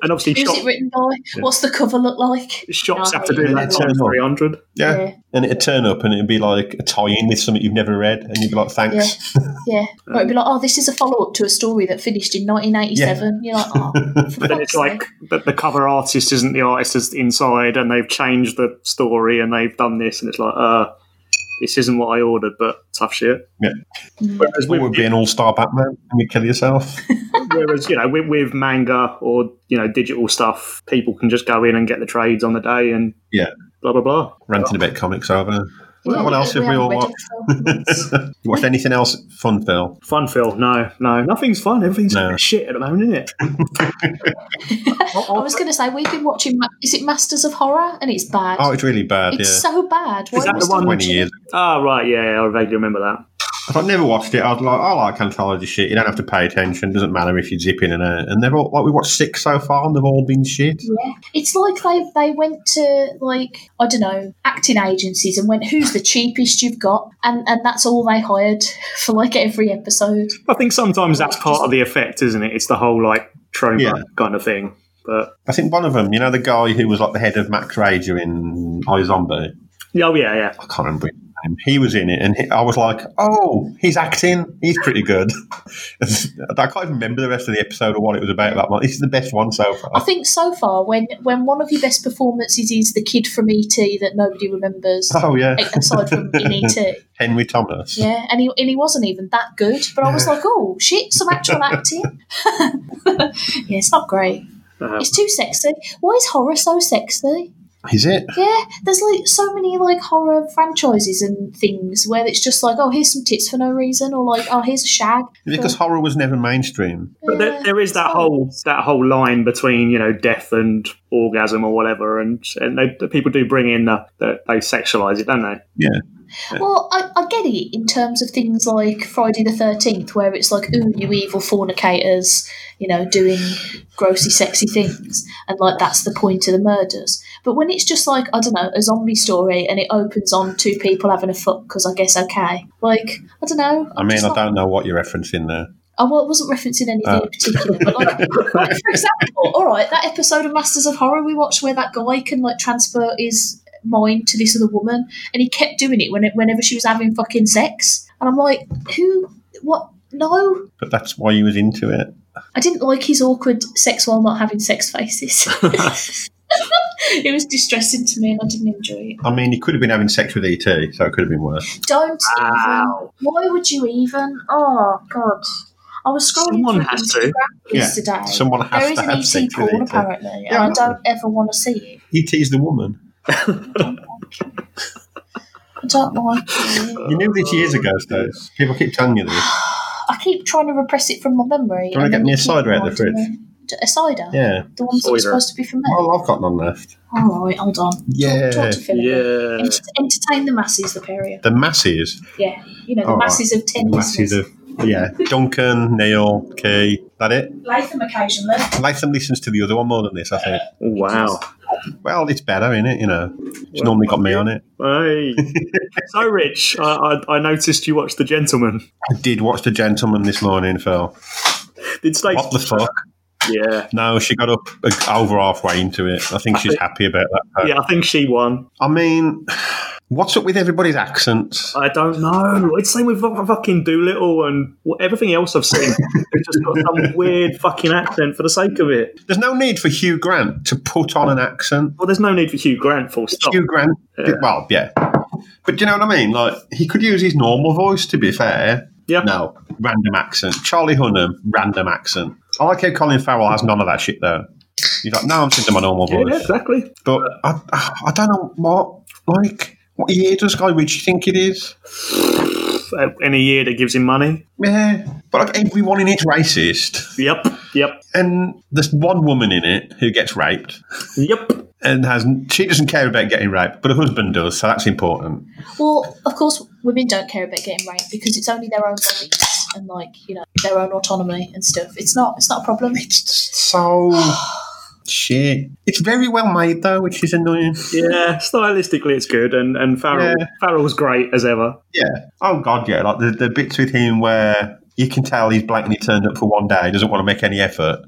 Speaker 2: and obviously
Speaker 1: Who's
Speaker 2: shop,
Speaker 1: it written by? What's the cover look like?
Speaker 2: shops
Speaker 1: No,
Speaker 2: have to
Speaker 1: I hate
Speaker 2: do
Speaker 1: it.
Speaker 2: that
Speaker 3: It's
Speaker 2: times
Speaker 3: terrible.
Speaker 2: three hundred.
Speaker 3: Yeah.
Speaker 1: Yeah.
Speaker 3: And it'd turn up and it'd be like a tie in with something you've never read. And you'd be like, thanks.
Speaker 1: Yeah. Or it'd be
Speaker 3: Um,
Speaker 1: like, oh, this is a follow up to a story that finished in 1987. You're like, oh, for
Speaker 2: But then
Speaker 1: fuck's
Speaker 2: it's like
Speaker 1: sake.
Speaker 2: that the cover artist isn't the artist that's inside, and they've changed the story and they've done this, and it's like, uh, this isn't what I ordered, but tough shit.
Speaker 3: Yeah.
Speaker 2: Whereas
Speaker 3: Or
Speaker 2: with,
Speaker 3: would be an all star Batman and you'd kill yourself.
Speaker 2: Whereas you know with, with manga or you know digital stuff, people can just go in and get the trades on the day and
Speaker 3: Yeah.
Speaker 2: blah blah blah.
Speaker 3: ranting about comics over.
Speaker 1: Yeah,
Speaker 3: what else
Speaker 1: we
Speaker 3: have we
Speaker 1: haven't
Speaker 3: all
Speaker 1: read
Speaker 3: watched?
Speaker 1: it for months.
Speaker 3: You watched anything else fun, Phil?
Speaker 2: Fun, Phil? No, no, nothing's fun. Everything's
Speaker 3: No.
Speaker 2: shit at the moment, isn't it?
Speaker 1: I was going to say, we've been watching, Ma- is it Masters of Horror? And it's bad.
Speaker 3: Oh, it's really bad.
Speaker 1: it's
Speaker 3: yeah,
Speaker 1: so bad. Why
Speaker 2: that
Speaker 1: am I
Speaker 2: the
Speaker 1: still
Speaker 2: one-
Speaker 1: watching
Speaker 3: 20
Speaker 1: it?
Speaker 3: years.
Speaker 2: Ah, right, yeah, I vaguely remember that.
Speaker 3: If I'd never watched it, I'd like, I like anthology shit. You don't have to pay attention. Doesn't matter if you zip in and out. And they're all like, we watched six so far, and they've all been shit.
Speaker 1: Yeah. It's like they, they went to like I don't know acting agencies and went who's the cheapest you've got and and that's all they hired for like every episode.
Speaker 2: I think sometimes that's part of the effect, isn't it? It's the whole like trauma
Speaker 3: Yeah.
Speaker 2: kind of thing. But
Speaker 3: I think one of them, you know, the guy who was like the head of Max Rager in iZombie.
Speaker 2: yeah, oh, yeah, yeah.
Speaker 3: I can't remember his Game. He was in it, and he, I was like, "Oh, he's acting. He's pretty good." I can't even remember the rest of the episode or what it was about. That month. This is the best one so
Speaker 1: I
Speaker 3: far.
Speaker 1: think so far, when when one of your best performances is the kid from ET that nobody remembers,
Speaker 3: Oh yeah,
Speaker 1: aside from in E ET.
Speaker 3: Henry Thomas.
Speaker 1: Yeah, and he, and he wasn't even that good, but I was like, oh shit, some actual acting. yeah, it's not great.
Speaker 2: Uh,
Speaker 1: It's too sexy. Why is horror so sexy?
Speaker 3: Is it?
Speaker 1: Yeah, there's like so many like horror franchises and things where it's just like, oh, here's some tits for no reason, or like, oh, here's a shag.
Speaker 3: Because horror was never mainstream.
Speaker 2: but
Speaker 1: Yeah.
Speaker 2: there, there is that whole that whole line between you know death and orgasm or whatever, and and they, the people do bring in the, the they sexualize it, don't they?
Speaker 1: Well, I, I get it in terms of things like Friday the 13th, where it's like, ooh, you evil fornicators, you know, doing grossy, sexy things. And like, that's the point of the murders. But when it's just like, I don't know, a zombie story and it opens on two people having a fuck, because I guess, okay. Like, I don't know.
Speaker 3: I mean, I don't know what you're referencing there.
Speaker 1: I wa- Oh, wasn't referencing anything
Speaker 3: Oh.
Speaker 2: Ah.
Speaker 1: in particular, but like, like, for example, all right, that episode of Masters of Horror we watched where that guy can like transfer his mind to this other woman, and he kept doing it when whenever she was having fucking sex, and I'm like, who, what? No,
Speaker 3: But that's why you was into it.
Speaker 1: I didn't like his awkward sex while not having sex faces. it was distressing to me, and I didn't enjoy it.
Speaker 3: I mean, he could have been having sex with ET, so it could have been worse.
Speaker 1: Don't
Speaker 2: Wow.
Speaker 1: even. Why would you even? Oh God. I was scrolling
Speaker 2: Someone
Speaker 1: through
Speaker 2: has
Speaker 1: Instagram
Speaker 2: to.
Speaker 3: Yeah.
Speaker 1: yesterday.
Speaker 3: Someone has
Speaker 1: There is
Speaker 3: to
Speaker 1: an
Speaker 3: have
Speaker 1: ET
Speaker 3: sex with E
Speaker 1: porn
Speaker 3: ET.
Speaker 1: apparently,
Speaker 3: Yeah,
Speaker 1: and
Speaker 3: I
Speaker 1: I
Speaker 3: know.
Speaker 1: don't ever want to see it.
Speaker 3: ET's the woman.
Speaker 1: I don't like it.
Speaker 3: You knew this years ago, so people keep telling you this.
Speaker 1: I keep trying to repress it from my memory.
Speaker 3: Do you wanna
Speaker 1: and
Speaker 3: get
Speaker 1: then
Speaker 3: me
Speaker 1: I
Speaker 3: a
Speaker 1: keep
Speaker 3: cider out of the
Speaker 1: reminding me- A cider?
Speaker 3: Yeah.
Speaker 1: The ones that were
Speaker 2: Cider.
Speaker 1: supposed to be for me.
Speaker 3: Well, I've got none left.
Speaker 1: Oh, All right, hold on.
Speaker 3: Yeah.
Speaker 1: Talk, talk to Philip.
Speaker 2: Yeah.
Speaker 1: Ent- entertain the masses, the period.
Speaker 3: The masses.
Speaker 1: Yeah, you know, the
Speaker 3: All right.
Speaker 1: masses of ten
Speaker 3: Masses
Speaker 1: listeners.
Speaker 3: of. Yeah. Duncan, Neil, Key. That it?
Speaker 1: Latham occasionally.
Speaker 3: Latham listens to the other one more than this, I think.
Speaker 2: Wow.
Speaker 3: Well, it's better, isn't it? You know, it's normally got me on it.
Speaker 2: Hey. so, Rich, I, I, I noticed you watched The Gentleman.
Speaker 3: I did watch The Gentleman this morning, Phil.
Speaker 2: Did Stacey?
Speaker 3: What the fuck?
Speaker 2: Yeah.
Speaker 3: No, she got up uh, over halfway into it. I think she's happy about that.
Speaker 2: Yeah, I think she won.
Speaker 3: I mean, what's up with everybody's accents?
Speaker 2: I don't know. It's same with fu- fucking Doolittle and wh- everything else I've seen. They've just got some weird fucking accent for the sake of it.
Speaker 3: There's no need for Hugh Grant to put on an accent.
Speaker 2: Well, there's no need for Hugh Grant, full stop.
Speaker 3: Hugh Grant,
Speaker 2: Yeah.
Speaker 3: well, yeah. But do you know what I mean? Like, he could use his normal voice, to be fair.
Speaker 2: Yeah.
Speaker 3: No, random accent. Charlie Hunnam, random accent. I like how Colin Farrell has none of that shit, though. He's like, no, I'm just into my normal
Speaker 2: Yeah,
Speaker 3: voice.
Speaker 2: exactly.
Speaker 3: But I, I don't know what, like, what year does Guy Ritchie think it is?
Speaker 2: Uh, In a year that gives him money.
Speaker 3: Yeah. But like, everyone in it's racist.
Speaker 2: Yep. Yep.
Speaker 3: And there's one woman in it who gets raped.
Speaker 2: Yep.
Speaker 3: and has she doesn't care about getting raped, but her husband does, so that's important.
Speaker 1: Well, of course, women don't care about getting raped because it's only their own bodies and like you know their own autonomy and stuff. It's not. It's not a problem.
Speaker 3: It's just so shit. It's very well made though, which is annoying.
Speaker 2: Yeah. Stylistically, it's good, and and Farrell
Speaker 3: Yeah.
Speaker 2: Farrell's great as ever.
Speaker 3: Yeah. Oh god, yeah. Like the, the bits with him where you can tell he's blatantly turned up for one day, doesn't want to make any effort,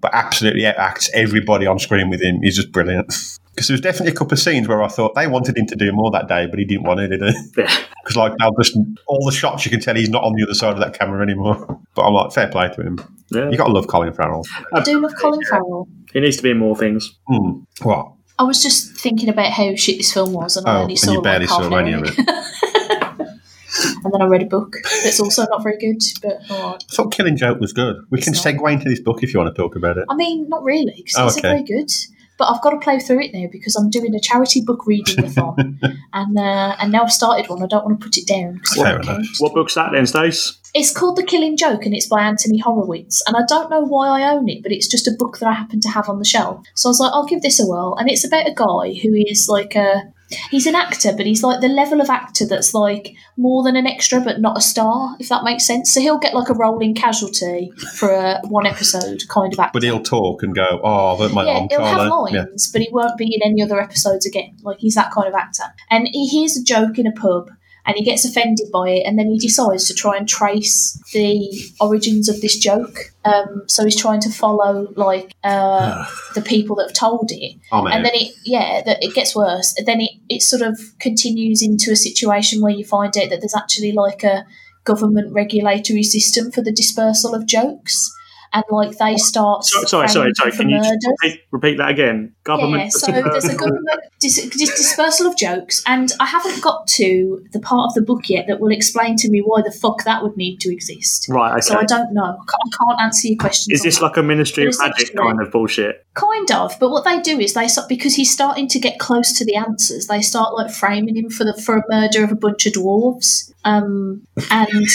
Speaker 3: but absolutely acts everybody on screen with him. He's just brilliant. Because there was definitely a couple of scenes where I thought they wanted him to do more that day, but he didn't want to, did he?
Speaker 2: Yeah.
Speaker 3: Because like now, just all the shots you can tell he's not on the other side of that camera anymore. But I'm like, fair play to him.
Speaker 2: Yeah.
Speaker 3: You got to love Colin Farrell.
Speaker 1: I do love Colin Farrell.
Speaker 2: He needs to be in more things.
Speaker 3: Hmm. What?
Speaker 1: I was just thinking about how shit this film was, and I
Speaker 3: Oh,
Speaker 1: only
Speaker 3: and
Speaker 1: saw
Speaker 3: you barely
Speaker 1: like, half
Speaker 3: saw any of it.
Speaker 1: and then I read a book that's also not very good. But alright.
Speaker 3: I thought Killing Joke was good. We can
Speaker 1: It's not. Oh,
Speaker 3: segue into this book if you want to talk about it.
Speaker 1: I mean, not really because
Speaker 3: Oh,
Speaker 1: it's
Speaker 3: okay.
Speaker 1: very good. But I've got to play through it now because I'm doing a charity book reading thon, and uh, and now I've started one. I don't want to put it down. 'cause
Speaker 3: Fair
Speaker 1: it's-
Speaker 3: enough.
Speaker 2: What book's that then, Stace?
Speaker 1: It's called The Killing Joke and it's by Anthony Horowitz. And I don't know why I own it, but it's just a book that I happen to have on the shelf. So I was like, I'll give this a whirl. And it's about a guy who is like a. He's an actor, but he's like the level of actor that's like more than an extra, but not a star, if that makes sense. So he'll get like a rolling casualty for a one episode kind of actor.
Speaker 3: But he'll talk and go, "Oh, that my
Speaker 1: yeah,
Speaker 3: arm,
Speaker 1: he'll have
Speaker 3: Charlie." Yeah.
Speaker 1: lines, but he won't be in any other episodes again. Like he's that kind of actor. And he hears a joke in a pub, and he gets offended by it, and then he decides to try and trace the origins of this joke. Um, so he's trying to follow like uh, the people that have told it,
Speaker 3: I'm out.
Speaker 1: and then it yeah, that it gets worse. And then it it sort of continues into a situation where you find out that there's actually like a government regulatory system for the dispersal of jokes, and like they start
Speaker 2: So, sorry, sorry,
Speaker 1: framing
Speaker 2: sorry.
Speaker 1: for
Speaker 2: Can you just
Speaker 1: murders.
Speaker 2: repeat, repeat that again? Government.
Speaker 1: Yeah, so there's a government dis- dis- dispersal of jokes, and I haven't got to the part of the book yet that will explain to me why the fuck that would need to exist.
Speaker 2: Right.
Speaker 1: So I
Speaker 2: Okay.
Speaker 1: don't know. I can't- I can't answer your question.
Speaker 2: Is this like a Ministry of
Speaker 1: But
Speaker 2: Magic
Speaker 1: essentially-
Speaker 2: kind of bullshit?
Speaker 1: kind of? But what they do is they start because he's starting to get close to the answers. They start like framing him for the for a murder of a bunch of dwarves, um, and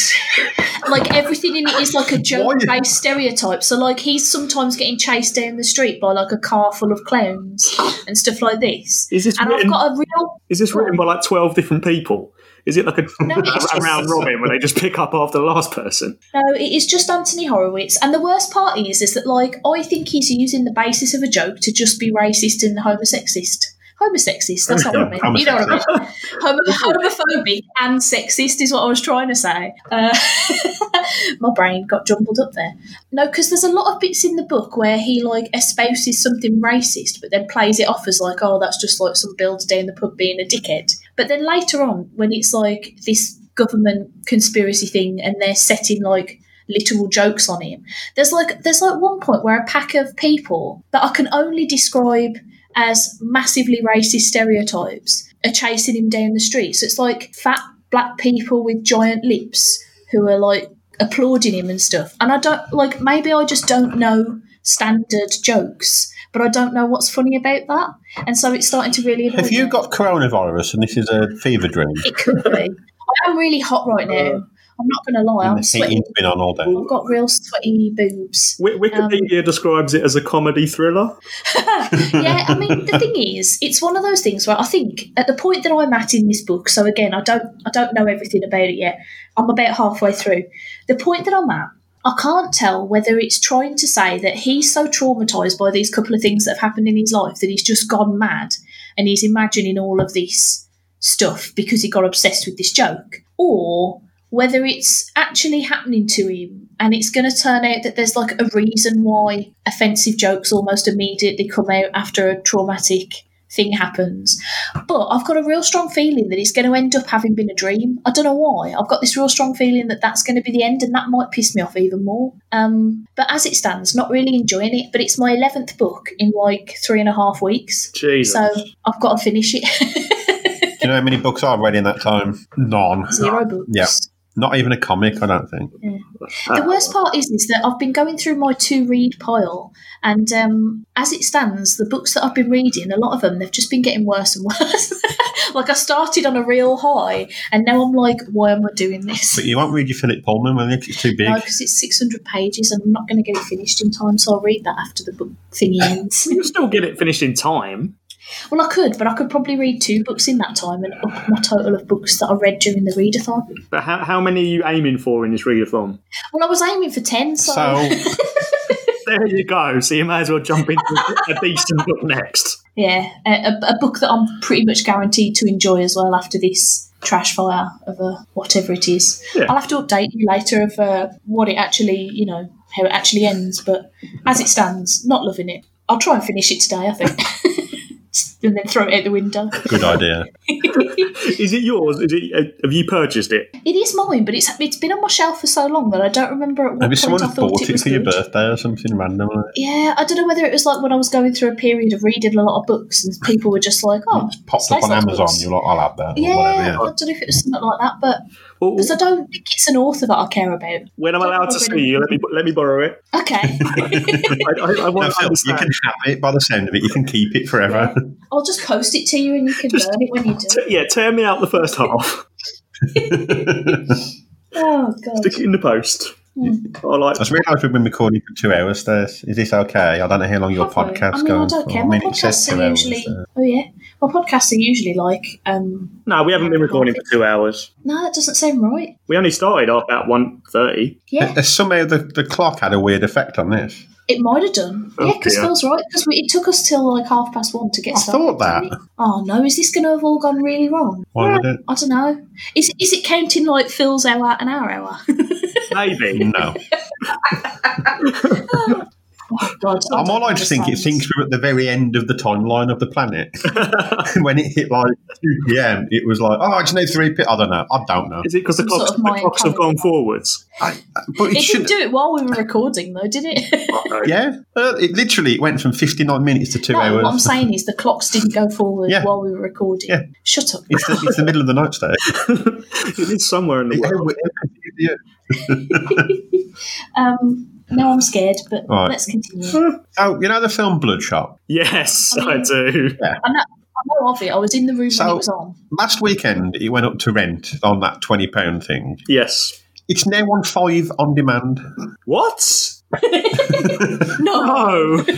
Speaker 1: like everything in it is like a joke based stereotype. So like he's sometimes getting chased down the street by like a car full of clowns and stuff like this.
Speaker 2: Is this
Speaker 1: And I've
Speaker 2: written?
Speaker 1: got a real
Speaker 2: Is this written by like twelve different people? Is it like a,
Speaker 1: No,
Speaker 2: a,
Speaker 1: it's just-
Speaker 2: round robin where they just pick up after the last person?
Speaker 1: no. It is just Anthony Horowitz, and the worst part is, is that like I think he's using the basis of a joke to just be racist and homosexist. Homosexist. That's not what I mean. You know what I mean. Homo- homophobic and sexist is what I was trying to say. Uh, my brain got jumbled up there. No, because there's a lot of bits in the book where he like espouses something racist, but then plays it off as like, oh, that's just like some builder down the pub being a dickhead. But then later on, when it's like this government conspiracy thing, and they're setting like literal jokes on him. There's like there's like one point where a pack of people that I can only describe as massively racist stereotypes are chasing him down the street. So it's like fat black people with giant lips who are like applauding him and stuff. And I don't like maybe I just don't know standard jokes, but I don't know what's funny about that. And so it's starting to really annoy
Speaker 3: Have you
Speaker 1: me.
Speaker 3: got coronavirus and this is a fever dream?
Speaker 1: it could be. I am really hot right now. I'm not gonna lie,
Speaker 3: And
Speaker 1: I'm
Speaker 3: the heating's
Speaker 1: sweating.
Speaker 3: been on all day.
Speaker 1: I've got real sweaty boobs.
Speaker 2: Wi-
Speaker 1: Um,
Speaker 2: Wikipedia describes it as a comedy thriller.
Speaker 1: yeah, I mean the thing is, it's one of those things where I think at the point that I'm at in this book, so again, I don't I don't know everything about it yet. I'm about halfway through. The point that I'm at, I can't tell whether it's trying to say that he's so traumatized by these couple of things that have happened in his life that he's just gone mad and he's imagining all of this stuff because he got obsessed with this joke, or whether it's actually happening to him and it's going to turn out that there's like a reason why offensive jokes almost immediately come out after a traumatic thing happens. But I've got a real strong feeling that it's going to end up having been a dream. I don't know why. I've got this real strong feeling that that's going to be the end and that might piss me off even more. Um, but as it stands, not really enjoying it. But it's my 11th book in like three and a half weeks.
Speaker 2: Jesus.
Speaker 1: So I've got to finish it.
Speaker 3: Do you know how many books I've read in that time? None.
Speaker 1: Zero books.
Speaker 3: Yeah. Not even a comic, I don't think. Uh,
Speaker 1: The worst part is, is that I've been going through my to read pile, and um, as it stands, the books that I've been reading, a lot of them, they've just been getting worse and worse. like I started on a real high, and now I'm like, why am I doing this?
Speaker 3: But you won't read your Philip Pullman, will you? 'Cause It's too big.
Speaker 1: No, because it's 600 pages, and I'm not going to get it finished in time, so I'll read that after the book thingy ends.
Speaker 2: You'll still get it finished in time.
Speaker 1: well, I could, but I could probably read two books in that time and up my total of books that I read during the readathon.
Speaker 2: But how, how many are you aiming for in this readathon?
Speaker 1: Well, I was aiming for 10,
Speaker 3: so,
Speaker 2: There you go. So you may as well jump into a decent book next.
Speaker 1: Yeah, a, a, a book that I'm pretty much guaranteed to enjoy as well after this trash fire of a whatever it is.
Speaker 2: Yeah.
Speaker 1: I'll have to update you later of uh, what it actually, you know, how it actually ends. But as it stands, not loving it. I'll try and finish it today, I think, and then throw it out the window.
Speaker 3: good idea.
Speaker 2: Is it yours? Is it? Uh, have you purchased it?
Speaker 1: It is mine, but it's it's been on my shelf for so long that I don't remember at what
Speaker 3: Maybe
Speaker 1: point
Speaker 3: someone
Speaker 1: I
Speaker 3: has
Speaker 1: thought
Speaker 3: bought
Speaker 1: it
Speaker 3: it
Speaker 1: was
Speaker 3: for your
Speaker 1: good.
Speaker 3: birthday or something random. like that.
Speaker 1: Yeah, I don't know whether it was like when I was going through a period of reading a lot of books and people were just like, "Oh,
Speaker 3: It's popped
Speaker 1: it's
Speaker 3: up
Speaker 1: nice
Speaker 3: on
Speaker 1: that's
Speaker 3: Amazon.
Speaker 1: books.
Speaker 3: You're like, I'll have that.
Speaker 1: Yeah,
Speaker 3: Or whatever,
Speaker 1: I
Speaker 3: yeah.
Speaker 1: don't know if it was something like that, but
Speaker 2: Well,
Speaker 1: because I don't think it's an author that I care about.
Speaker 2: when I'm allowed to see you, let me let me borrow it.
Speaker 1: Okay,
Speaker 2: I, I, I
Speaker 3: No,
Speaker 2: want to
Speaker 3: Phil, you
Speaker 2: understand.
Speaker 3: can have it by the sound of it. You can keep it forever.
Speaker 1: I'll just post it to you and you can
Speaker 2: Just-
Speaker 1: burn it when you do.
Speaker 2: T- yeah, tear me out the first half.
Speaker 1: Oh god,
Speaker 2: Stick it in the post.
Speaker 1: Hmm.
Speaker 2: I like.
Speaker 3: I just realised we've been recording for two hours. Stace. Is this okay? I don't know how long your
Speaker 1: Have I?
Speaker 3: podcast's
Speaker 1: I mean, I
Speaker 3: going
Speaker 1: don't
Speaker 3: for.
Speaker 1: care.
Speaker 3: I
Speaker 1: My
Speaker 3: mean, it says
Speaker 1: podcasts
Speaker 3: two
Speaker 1: are
Speaker 3: hours.
Speaker 1: usually.
Speaker 3: uh,
Speaker 1: Oh yeah, my podcasts are usually like. um
Speaker 2: No, we haven't been recording for two hours.
Speaker 1: No, that doesn't sound right.
Speaker 2: We only started at about one thirty.
Speaker 1: Yeah,
Speaker 3: Uh, Somehow the, the clock had a weird effect on this.
Speaker 1: It might have done.
Speaker 2: Oh,
Speaker 1: yeah, because
Speaker 2: dear.
Speaker 1: Phil's right. Because it took us till like half past one to get
Speaker 3: I
Speaker 1: started.
Speaker 3: thought that.
Speaker 1: didn't it? Oh no, is this going to have all gone really wrong?
Speaker 3: Why would it?
Speaker 1: I don't know. Is is it counting like Phil's hour and our hour?
Speaker 2: Maybe.
Speaker 3: No.
Speaker 1: oh God! I
Speaker 3: I'm
Speaker 1: don't
Speaker 3: all I just think it
Speaker 1: understand.
Speaker 3: thinks we're at the very end of the timeline of the planet. And when it hit like 2 p.m., it was like, oh, I just know 3 p.m. I don't know. I don't know.
Speaker 2: Is it because the
Speaker 1: Some sort
Speaker 2: clocks,
Speaker 1: of
Speaker 2: the
Speaker 1: Mayan
Speaker 2: clocks have gone
Speaker 1: calendar.
Speaker 2: forwards?
Speaker 3: I, but it
Speaker 1: It
Speaker 3: should.
Speaker 1: didn't do it while we were recording, though, did it?
Speaker 3: Yeah. Uh, it literally it went from 59 minutes to two
Speaker 1: no,
Speaker 3: hours.
Speaker 1: what I'm saying is the clocks didn't go forward
Speaker 3: Yeah.
Speaker 1: while we were recording.
Speaker 3: Yeah.
Speaker 1: Shut up.
Speaker 3: It's the, it's the middle of the night today.
Speaker 2: it is somewhere in the world.
Speaker 3: Yeah.
Speaker 1: Um, now I'm scared, but
Speaker 3: Right.
Speaker 1: let's continue.
Speaker 3: Oh, you know the film Bloodshot?
Speaker 2: Yes, I do.
Speaker 1: I know, I know of it. I was in the room when
Speaker 3: So-
Speaker 1: it was on.
Speaker 3: Last weekend, it went up to rent on that £20 thing.
Speaker 2: Yes.
Speaker 3: It's now on five on demand.
Speaker 2: What?
Speaker 1: No,
Speaker 3: Oh.
Speaker 2: No.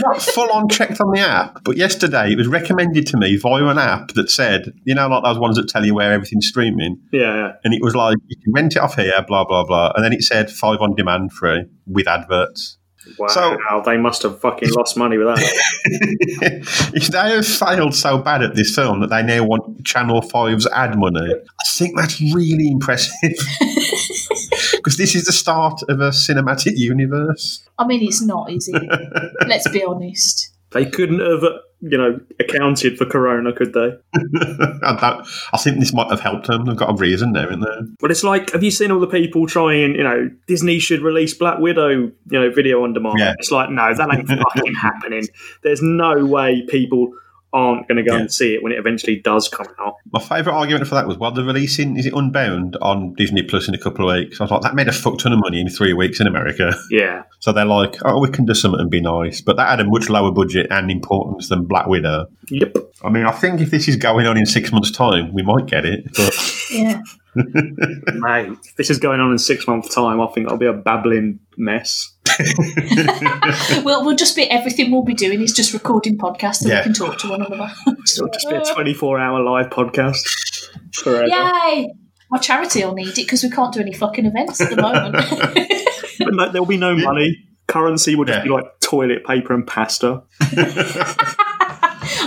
Speaker 3: Not full on checked on the app, but yesterday it was recommended to me via an app that said, you know, like those ones that tell you where everything's streaming.
Speaker 2: yeah.
Speaker 3: And it was like, you can rent it off here, blah, blah, blah. And then it said five on demand free with adverts.
Speaker 2: Wow.
Speaker 3: So-
Speaker 2: they must have fucking lost money with that.
Speaker 3: if they have failed so bad at this film that they now want Channel 5's ad money, I think that's really impressive. Because this is the start of a cinematic universe.
Speaker 1: I mean it's not, is it? let's be honest.
Speaker 2: they couldn't have, you know, accounted for Corona, could they?
Speaker 3: And that- I think this might have helped them. They've got a reason now, isn't there?
Speaker 2: But it's like, have you seen all the people trying, you know, Disney should release Black Widow, you know, video on demand?
Speaker 3: Yeah.
Speaker 2: It's like, no, that ain't fucking happening. There's no way people aren't going to go
Speaker 3: Yeah.
Speaker 2: and see it when it eventually does come out.
Speaker 3: My favourite argument for that was, well, they're releasing, is it Unbound on Disney Plus in a couple of weeks? I was like, that made a fuck ton of money in three weeks in America.
Speaker 2: Yeah.
Speaker 3: So they're like, oh, we can do something and be nice. But that had a much lower budget and importance than Black Widow.
Speaker 2: Yep.
Speaker 3: I mean, I think if this is going on in six months' time, we might get it. But
Speaker 1: Yeah.
Speaker 2: Mate, if this is going on in six months' time. I think I'll be a babbling mess.
Speaker 1: Well, we'll just be everything we'll be doing is just recording podcasts and
Speaker 3: Yeah.
Speaker 1: we can talk to one another.
Speaker 2: It'll just be
Speaker 1: Uh.
Speaker 2: a 24 hour live podcast forever.
Speaker 1: Yay! My charity will need it because we can't do any fucking events at the moment.
Speaker 2: But no, there'll be no money. Currency will just
Speaker 3: Yeah.
Speaker 2: be like toilet paper and pasta.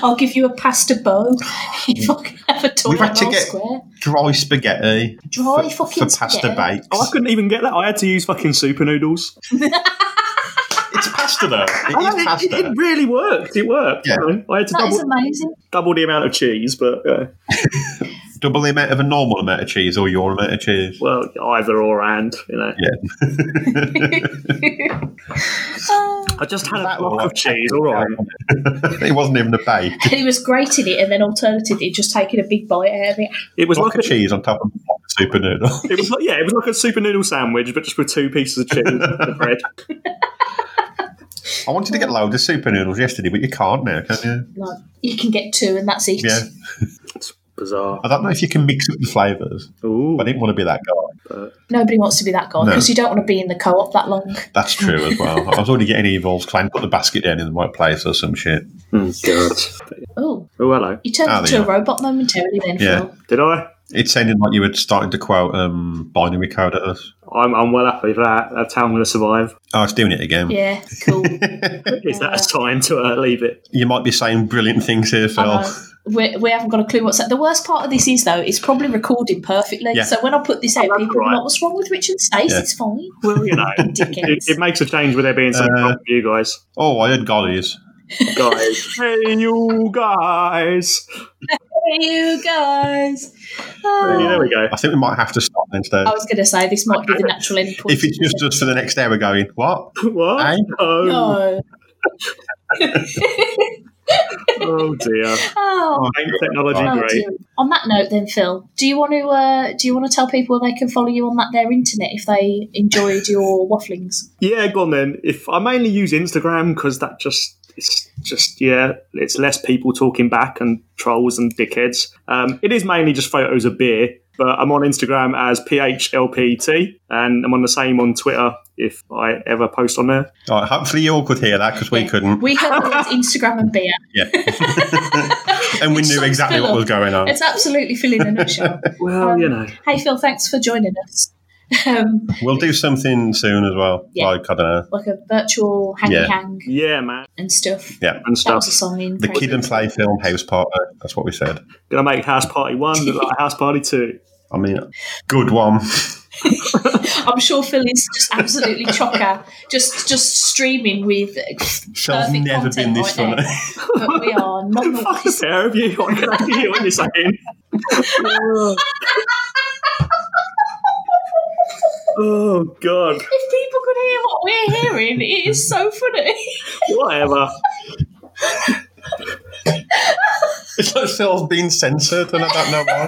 Speaker 1: I'll give you a pasta bow. You fucking have a toilet
Speaker 3: Mm. had to
Speaker 1: bowl
Speaker 3: get-
Speaker 1: square.
Speaker 3: dry spaghetti
Speaker 1: Dry
Speaker 3: for,
Speaker 1: fucking
Speaker 3: for pasta
Speaker 1: spaghetti.
Speaker 3: bakes.
Speaker 2: Oh, I couldn't even get that. I had to use fucking super noodles.
Speaker 3: It's pasta though. It is
Speaker 2: It,
Speaker 3: pasta.
Speaker 2: it really worked. It worked.
Speaker 3: Yeah.
Speaker 2: You know, I had to
Speaker 1: That is
Speaker 2: double,
Speaker 1: amazing.
Speaker 2: double the amount of cheese, but uh,
Speaker 3: Double the amount of a normal amount of cheese or your amount of cheese.
Speaker 2: well, either or and, you know.
Speaker 1: Uh,
Speaker 2: I just had
Speaker 3: That
Speaker 2: a block
Speaker 3: or-
Speaker 2: of cheese, all right.
Speaker 3: it wasn't even a bake.
Speaker 1: and he was grating it and then alternatively just taking a big bite out of it.
Speaker 2: It was
Speaker 3: Block
Speaker 2: like
Speaker 3: of
Speaker 2: a
Speaker 3: cheese on top of a block of super noodle.
Speaker 2: It was like, yeah, it was like a super noodle sandwich, but just with two pieces of cheese and bread.
Speaker 3: I wanted to get loads of super noodles yesterday, but you can't now, can you?
Speaker 1: Like, you can get two and that's it.
Speaker 3: Yeah.
Speaker 2: It's bizarre.
Speaker 3: I don't know if you can mix up the flavours.
Speaker 2: Ooh,
Speaker 3: I didn't want to be that guy.
Speaker 1: Nobody wants to be that guy
Speaker 3: No.
Speaker 1: because you don't want to be in the co-op that long.
Speaker 3: That's true as well. I was already getting evils. Clan put the basket down in the right place or some shit.
Speaker 2: Oh, God.
Speaker 1: Oh,
Speaker 2: Oh, hello.
Speaker 1: you turned
Speaker 3: Oh,
Speaker 1: into
Speaker 3: yeah.
Speaker 1: a robot momentarily then,
Speaker 3: Yeah.
Speaker 1: Phil.
Speaker 2: Did I?
Speaker 3: It sounded like you were starting to quote um, binary code at us.
Speaker 2: I'm, I'm well happy for that. That's how I'm going to survive.
Speaker 3: Oh, it's doing it again.
Speaker 1: Yeah, cool.
Speaker 2: Is that a sign to uh, leave it?
Speaker 3: You might be saying brilliant things here, Phil.
Speaker 1: I know. we, we haven't got a clue what's that. The worst part of this is though, it's probably recorded perfectly.
Speaker 3: Yeah.
Speaker 1: So when I put this out,
Speaker 2: that's
Speaker 1: people are
Speaker 2: right.
Speaker 1: like, "What's wrong with Richard Stace?
Speaker 3: Yeah.
Speaker 1: It's fine."
Speaker 2: Well, you know, it,
Speaker 1: Dickens.
Speaker 2: it makes a change with there being something
Speaker 3: Uh,
Speaker 2: wrong with you guys.
Speaker 3: Oh, I heard gollies.
Speaker 2: Guys. hey, you guys.
Speaker 1: Hey, you guys. Oh.
Speaker 2: Hey, there we go.
Speaker 3: I think we might have to stop then, Steve.
Speaker 1: I was going to say this might be the natural end point.
Speaker 3: If it's just us for the next hour going, what?
Speaker 2: What?
Speaker 3: Hey?
Speaker 2: Oh,
Speaker 1: no.
Speaker 2: oh dear.
Speaker 1: Oh.
Speaker 2: Ain't technology
Speaker 3: Oh,
Speaker 1: Oh,
Speaker 2: great?
Speaker 1: dear. On that note, then Phil, do you want to uh, do you want to tell people they can follow you on that their internet if they enjoyed your wafflings?
Speaker 2: Yeah, go on then. If I mainly use Instagram because that just it's just yeah, it's less people talking back and trolls and dickheads. Um, it is mainly just photos of beer, but I'm on Instagram as phlpt, and I'm on the same on Twitter if I ever post on there.
Speaker 3: All right, hopefully you all could hear that because we
Speaker 1: Yeah.
Speaker 3: couldn't.
Speaker 1: We heard the words Instagram and beer.
Speaker 3: Yeah. and we
Speaker 1: Which
Speaker 3: knew
Speaker 1: sums
Speaker 3: exactly
Speaker 1: Phil
Speaker 3: what was
Speaker 1: up.
Speaker 3: going on.
Speaker 1: It's absolutely Phil in a nutshell.
Speaker 2: Well, you know,
Speaker 1: Hey Phil, thanks for joining us. um,
Speaker 3: We'll do something soon as well.
Speaker 1: Yeah.
Speaker 3: Like, I don't know.
Speaker 1: like a virtual hangy
Speaker 3: Yeah.
Speaker 1: hang
Speaker 2: Yeah, man,
Speaker 1: and stuff.
Speaker 2: and
Speaker 1: That was
Speaker 2: stuff.
Speaker 1: a song in
Speaker 3: The
Speaker 1: Frozen.
Speaker 3: kid and play film house party. That's what we said.
Speaker 2: Gonna make House Party One look like House Party Two.
Speaker 3: I mean, good one.
Speaker 1: I'm sure Phil is just absolutely chocker, just just streaming with
Speaker 3: Shell's
Speaker 1: Perfect
Speaker 3: never been
Speaker 1: content
Speaker 3: this
Speaker 1: right
Speaker 3: funny.
Speaker 1: But we are not the
Speaker 2: Fuck the
Speaker 1: wise.
Speaker 2: pair of you. What can I hear what you're saying? oh god.
Speaker 1: If people could hear what we're hearing, it is so funny.
Speaker 2: Whatever.
Speaker 3: It's like Phil's been censored, and I don't know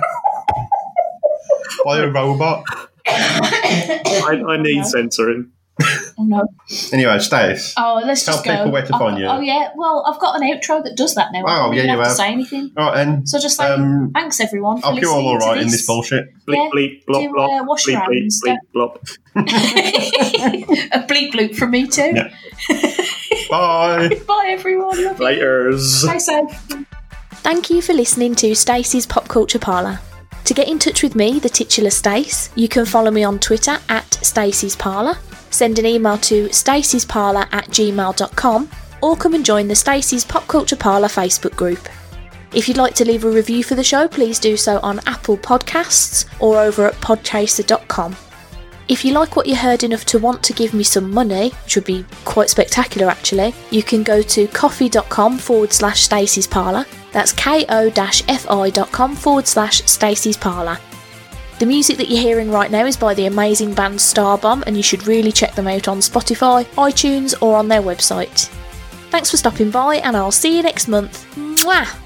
Speaker 3: why. By a robot.
Speaker 2: I, I need censoring.
Speaker 1: Oh, no.
Speaker 3: Anyway, Stace.
Speaker 1: Oh, let's
Speaker 3: Tell
Speaker 1: just go.
Speaker 3: people where to
Speaker 1: oh,
Speaker 3: find you.
Speaker 1: Oh yeah, well I've got an outro that does that now. I
Speaker 3: Oh,
Speaker 1: don't
Speaker 3: yeah,
Speaker 1: even
Speaker 3: you
Speaker 1: have to
Speaker 3: have.
Speaker 1: say anything.
Speaker 3: All right, and
Speaker 1: So just like
Speaker 3: um,
Speaker 1: thanks everyone. For
Speaker 3: hope you're all
Speaker 1: listening
Speaker 3: all
Speaker 1: to
Speaker 3: right in this
Speaker 1: this
Speaker 3: bullshit.
Speaker 1: Yeah,
Speaker 2: Bleep bleep
Speaker 1: do,
Speaker 2: blop
Speaker 1: uh,
Speaker 2: blop.
Speaker 1: wash your
Speaker 2: bleep bleep
Speaker 1: hands,
Speaker 2: bleep blop.
Speaker 1: a bleep bloop from me too.
Speaker 3: Yeah. Bye.
Speaker 1: Bye everyone. Love you.
Speaker 2: Laters.
Speaker 1: Stay safe.
Speaker 4: Thank you for listening to Stacey's Pop Culture Parlour. To get in touch with me, the titular Stace, you can follow me on Twitter at Stacey's Parlour, send an email to stacey'sparlour at gmail.com, or come and join the Stacey's Pop Culture Parlour Facebook group. If you'd like to leave a review for the show, please do so on Apple Podcasts or over at podchaser.com. If you like what you heard enough to want to give me some money, which would be quite spectacular actually, you can go to coffee.com forward slash Stacey's Parlour. That's ko-fi.com forward slash Stacey's Parlour. The music that you're hearing right now is by the amazing band Starbomb, and you should really check them out on Spotify, iTunes, or on their website. Thanks for stopping by, and I'll see you next month. Mwah!